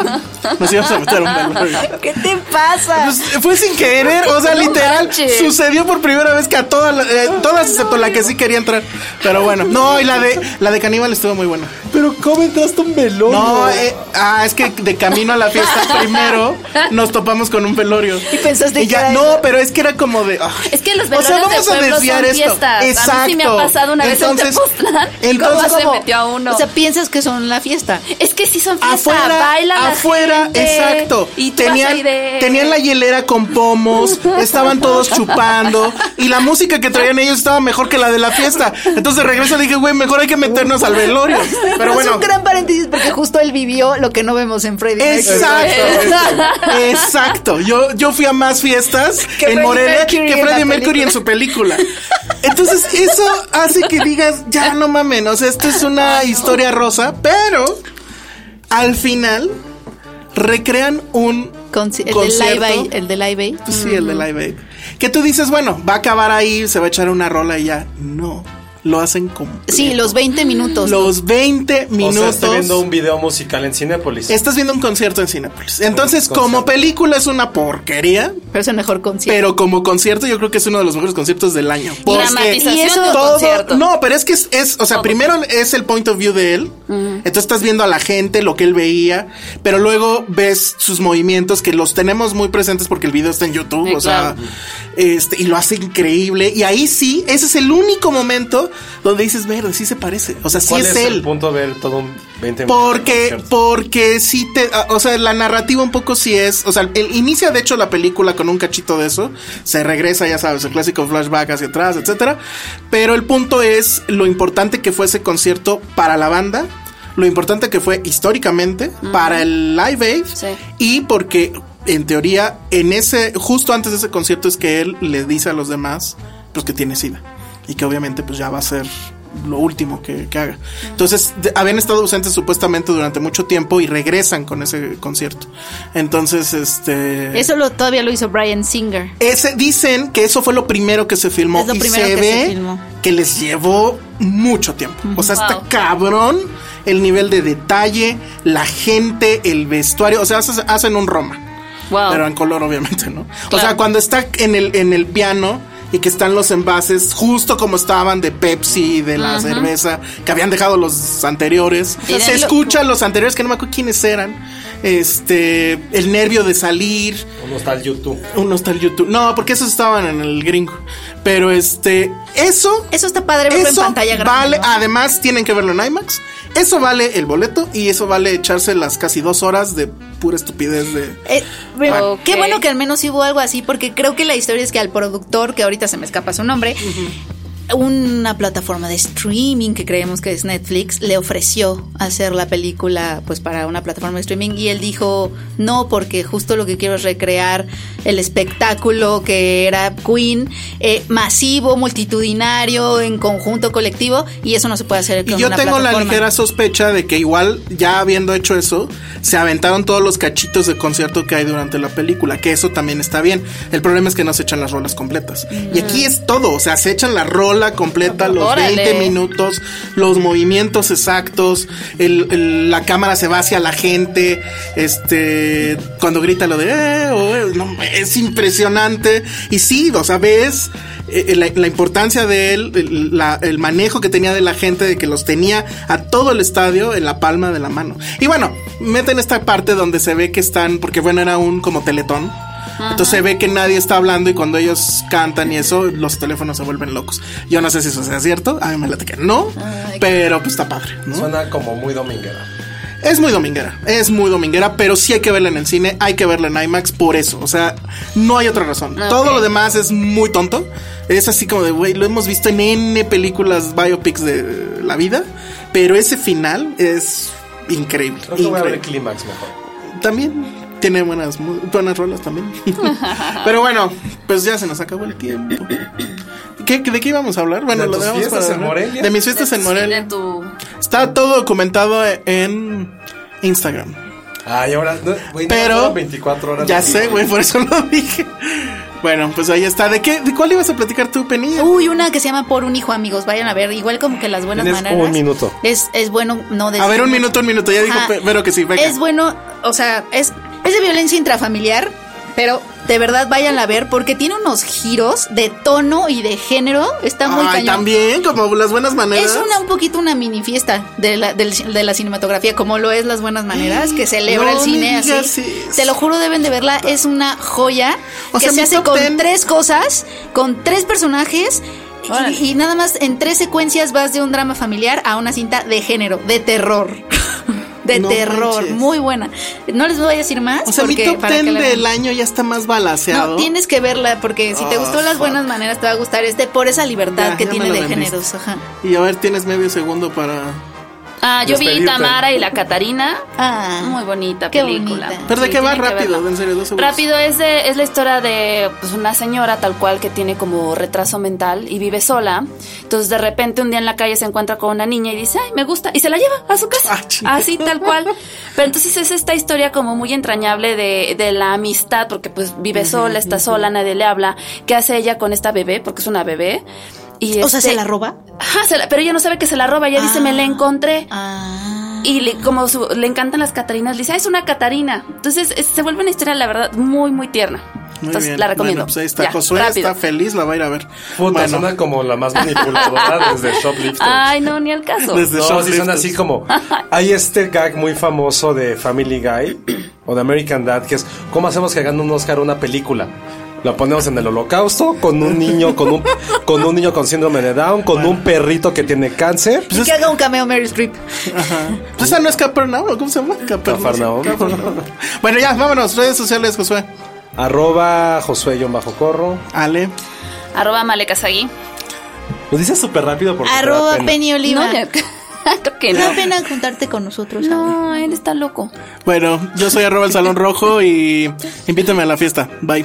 S4: nos íbamos a meter un velorio.
S3: ¿Qué te pasa?
S4: Pues, fue sin querer, o sea, literal.
S7: manches.
S4: Sucedió por primera vez que a todas, la- eh, todas excepto la que sí quería entrar. Pero bueno, no, y la de la de Caníbal estuvo muy buena.
S2: Pero ¿cómo entraste un velorio?
S4: No, eh, ah, es que de camino a la fiesta primero nos topamos con un velorio.
S3: Y pensaste
S4: Y ya,
S3: que-
S4: no, pero es que era como de. ah.
S7: Es que los velorios de pueblo son fiestas. A mí sí me ha pasado una vez en Tepoztlán.
S4: Entonces,
S7: ¿Cómo se metió a uno?
S3: O sea, piensas que son la fiesta.
S7: es que sí son fiestas.
S4: afuera,
S7: baila la
S4: afuera,
S7: gente.
S4: exacto.
S7: Y tú vas
S4: tenían,
S7: ahí de-
S4: tenían la hielera con pomos, estaban todos chupando y la música que traían ellos estaba mejor que la de la fiesta. Entonces de regreso dije, güey, mejor hay que meternos al velorio. Pero
S7: Pues
S3: Es
S4: bueno,
S3: un gran paréntesis porque justo él vivió lo que no vemos en Freddy. Mercury.
S4: exacto, exacto. Yo, yo fui a más fiestas
S3: Que
S4: en
S3: Freddie
S4: Morelia
S3: Mercury
S4: que
S3: en la
S4: Freddie Mercury
S3: película.
S4: en su película. Entonces eso hace que digas, ya no mamen, o sea, esto es una historia rosa, pero al final recrean un
S3: Con- el,
S4: concierto.
S3: de Live Aid, el de Live Aid.
S4: Sí, el de Live Aid. Que tú dices, bueno, va a acabar ahí, se va a echar una rola y ya. No, lo hacen como
S3: Sí, los 20 minutos.
S4: los 20
S2: O
S4: minutos.
S2: sea, estoy viendo un video musical en Cinépolis.
S4: Estás viendo un concierto en Cinepolis. Entonces,
S2: concierto.
S4: como película es una porquería,
S3: Pero es el mejor concierto.
S4: pero como concierto yo creo que es uno de los mejores conciertos del año.
S5: Dramatización
S3: y eso-
S5: del
S3: todo-
S5: concierto.
S4: No, pero es que es, es- o sea, primero es el point of view de él. Entonces estás viendo a la gente, lo que él veía, pero luego ves sus movimientos que los tenemos muy presentes porque el video está en YouTube,
S5: Sí,
S4: o sea,
S5: claro.
S4: este, y lo hace increíble. Y ahí sí, ese es el único momento donde dices, verde, sí se parece. O sea, sí
S2: ¿Cuál
S4: es,
S2: es
S4: él.
S2: el punto de ver todo un 20
S4: Porque,
S2: minutos?
S4: porque sí te, ah, o sea, la narrativa un poco sí es, o sea, el, inicia de hecho la película con un cachito de eso, se regresa, ya sabes, el clásico flashback hacia atrás, etcétera, pero el punto es lo importante que fue ese concierto para la banda, lo importante que fue históricamente para el Live Aid
S5: Sí.
S4: y porque en teoría en ese justo antes de ese concierto es que él le dice a los demás pues que tiene sida y que obviamente pues ya va a ser lo último que, que haga. Entonces, de- habían estado ausentes supuestamente durante mucho tiempo y regresan con ese concierto. Entonces, este
S3: Eso lo, todavía lo hizo Brian Singer.
S4: ese dicen que eso fue lo primero que se filmó
S3: Es lo
S4: y
S3: primero
S4: se
S3: que
S4: ve
S3: se filmó.
S4: que les llevó mucho tiempo. O sea, está
S5: Wow.
S4: cabrón el nivel de detalle, la gente, el vestuario, o sea, haces- hacen un Roma.
S5: Wow.
S4: Pero en color, obviamente, ¿no? O
S5: Claro.
S4: sea, cuando está en el, en el piano y que están los envases justo como estaban de Pepsi, de la cerveza, que habían dejado los anteriores.
S5: Y
S4: se
S5: de-
S4: escucha los anteriores, que no me acuerdo quiénes eran. Este, el nervio de salir,
S2: Uno está el YouTube.
S4: uno está el YouTube. No, porque esos estaban en el gringo. Pero este, eso.
S3: Eso está padre verlo en
S4: eso
S3: pantalla grande.
S4: vale,
S3: ¿no?
S4: además tienen que verlo en IMAX. Eso vale el boleto y eso vale echarse las casi dos horas de pura estupidez de.
S3: Eh, pero
S5: Ok.
S3: Qué bueno que al menos sí hubo algo así, porque creo que la historia es que al productor, que ahorita se me escapa su nombre, una plataforma de streaming que creemos que es Netflix, le ofreció hacer la película pues para una plataforma de streaming y él dijo no, porque justo lo que quiero es recrear el espectáculo que era Queen, eh, masivo, multitudinario, en conjunto, colectivo, y eso no se puede hacer con
S4: Y yo
S3: una
S4: tengo la
S3: plataforma.
S4: ligera sospecha de que igual ya habiendo hecho eso, se aventaron todos los cachitos de concierto que hay durante la película, que eso también está bien. El problema es que no se echan las rolas completas. Y
S3: Mm.
S4: aquí es todo, o sea, se echan la rola completa, los
S5: Órale.
S4: 20 minutos, los movimientos exactos, el- el- la cámara se va hacia la gente, este, cuando grita lo de, "Eh", o, eh, no, es impresionante. Y sí, o sea, ves eh, la, la importancia de él, el, la- el manejo que tenía de la gente, de que los tenía a todo el estadio en la palma de la mano. Y bueno, meten esta parte donde se ve que están, porque bueno, era un como teletón. Entonces se ve que nadie está hablando y cuando ellos cantan y eso, los teléfonos se vuelven locos. Yo no sé si eso sea cierto, a mí me late que no, pero pues está padre, ¿no?
S2: Suena como muy dominguera.
S4: Es muy dominguera, es muy dominguera, pero sí hay que verla en el cine, hay que verla en IMAX por eso, o sea, no hay otra razón.
S5: Ok.
S4: Todo lo demás es muy tonto, es así como de, güey, lo hemos visto en N películas biopics de eh, la vida, pero ese final es increíble.
S2: Creo que voy a ver
S4: increíble.
S2: Clímax mejor.
S4: También tiene buenas, mu- buenas rolas también. Pero bueno, pues ya se nos acabó el tiempo. ¿Qué, ¿De qué íbamos a hablar? Bueno,
S2: ¿De
S4: lo
S2: tus
S4: dejamos
S2: fiestas
S4: para-
S2: en Morelia?
S4: De mis fiestas en Morelia.
S5: De tu-
S4: Está todo documentado en Instagram.
S2: Ay, ahora. no, güey, no,
S4: Pero
S2: fueron 24 horas.
S4: ya
S2: de-
S4: sé, güey, por eso lo dije. Bueno, pues ahí está. ¿De qué? ¿De cuál ibas a platicar tú, Penny?
S3: Uy, una que se llama Por un hijo, amigos. Vayan a ver, igual como que las buenas
S6: Tienes
S3: maneras.
S6: un minuto.
S3: Es, es bueno no decir.
S4: a ver, un minuto, un minuto. Ya dijo
S3: Ajá.
S4: Pe- Vero que sí, venga.
S3: Es bueno, o sea, es, es de violencia intrafamiliar, pero de verdad vayan a ver porque tiene unos giros de tono y de género. Está muy
S4: Ay,
S3: cañón.
S4: también, como las buenas maneras.
S3: Es una, un poquito una mini fiesta de la, del- de la cinematografía, como lo es Las Buenas Maneras, que celebra
S4: Mm, No
S3: el cine
S4: me
S3: así.
S4: digas eso.
S3: Te lo juro, deben de verla. Es una joya
S4: O
S3: que
S4: sea,
S3: se
S4: mi
S3: hace
S4: top
S3: con
S4: ten.
S3: tres cosas, con tres personajes. y-
S5: Órale.
S3: Y, nada más en tres secuencias vas de un drama familiar a una cinta de género, de terror. De
S4: No
S3: terror,
S4: manches.
S3: muy buena. No les voy a decir más.
S4: O sea, mi
S3: porque-
S4: top
S3: para que
S4: 10
S3: la
S4: del
S3: vean.
S4: año ya está más
S3: No,
S4: balanceado.
S3: tienes que verla porque si te
S4: Ah,
S3: gustó las
S4: fuck.
S3: buenas maneras te va a gustar. Es de por esa libertad
S4: Ya,
S3: que
S4: ya me
S3: tiene
S4: lo
S3: de
S4: vendiste.
S3: géneros. Ajá.
S4: Y a ver, tienes medio segundo para.
S5: Ah, yo vi
S2: Despedirte.
S5: Tamara y la Catarina.
S3: Ah,
S5: muy bonita
S3: qué
S5: película.
S3: bonita.
S4: ¿Pero de
S5: Sí,
S4: qué va
S5: tienen que
S4: rápido?
S5: verla.
S4: en este serio, dos segundos.
S5: Rápido es, de- es la historia de pues, una señora tal cual que tiene como retraso mental y vive sola. Entonces de repente un día en la calle se encuentra con una niña y dice, ay, me gusta. Y se la lleva a su casa.
S4: Ah, chinga.
S5: Así tal cual. Pero entonces es esta historia como muy entrañable de, de la amistad, porque pues vive sola, está sola, nadie le habla. ¿Qué hace ella con esta bebé? Porque es una bebé. Y
S3: O sea,
S5: este-
S3: ¿se la roba?
S5: Ajá, se la- pero ella no sabe que se la roba. Ella dice,
S3: Ah.
S5: me la encontré.
S3: Ah.
S5: Y le- como su- le encantan las Catarinas, le dice, "Ah, es una Catarina. Entonces es- se vuelve una historia, la verdad, muy, muy tierna.
S4: Muy
S5: Entonces
S4: bien.
S5: la recomiendo.
S4: Bueno, pues ahí está.
S5: Ya,
S4: Josué
S5: rápido.
S4: está feliz, la va a ir a ver.
S2: Puta,
S4: Bueno.
S2: suena como la más manipuladora desde Shoplifter.
S5: Ay, no, ni al caso.
S4: Desde-
S2: No, sí
S4: Shoplifters.
S2: son así como. Hay este gag muy famoso de Family Guy o de American Dad que es: ¿Cómo hacemos que gane un Oscar una película? La ponemos en el holocausto con un niño con un, con un niño con síndrome de Down, con un perrito que tiene cáncer.
S3: Y que haga un cameo Mary Streep.
S4: Pues esa no es Capernaum, ¿cómo se llama? Capernaum.
S2: Cafarnaum.
S4: Bueno, ya, vámonos. Redes sociales, Josué.
S2: Arroba Josué bajo corro.
S4: Ale.
S5: Arroba Malekasagui.
S2: Lo dices súper rápido porque. te da
S3: Arroba
S2: pena.
S3: Penny Oliva.
S5: No, ni al- creo que
S3: No,
S5: no.
S3: pena juntarte con nosotros. Ale.
S5: No, él está loco.
S4: Bueno, yo soy arroba el Salón Rojo y invítame a la fiesta. Bye.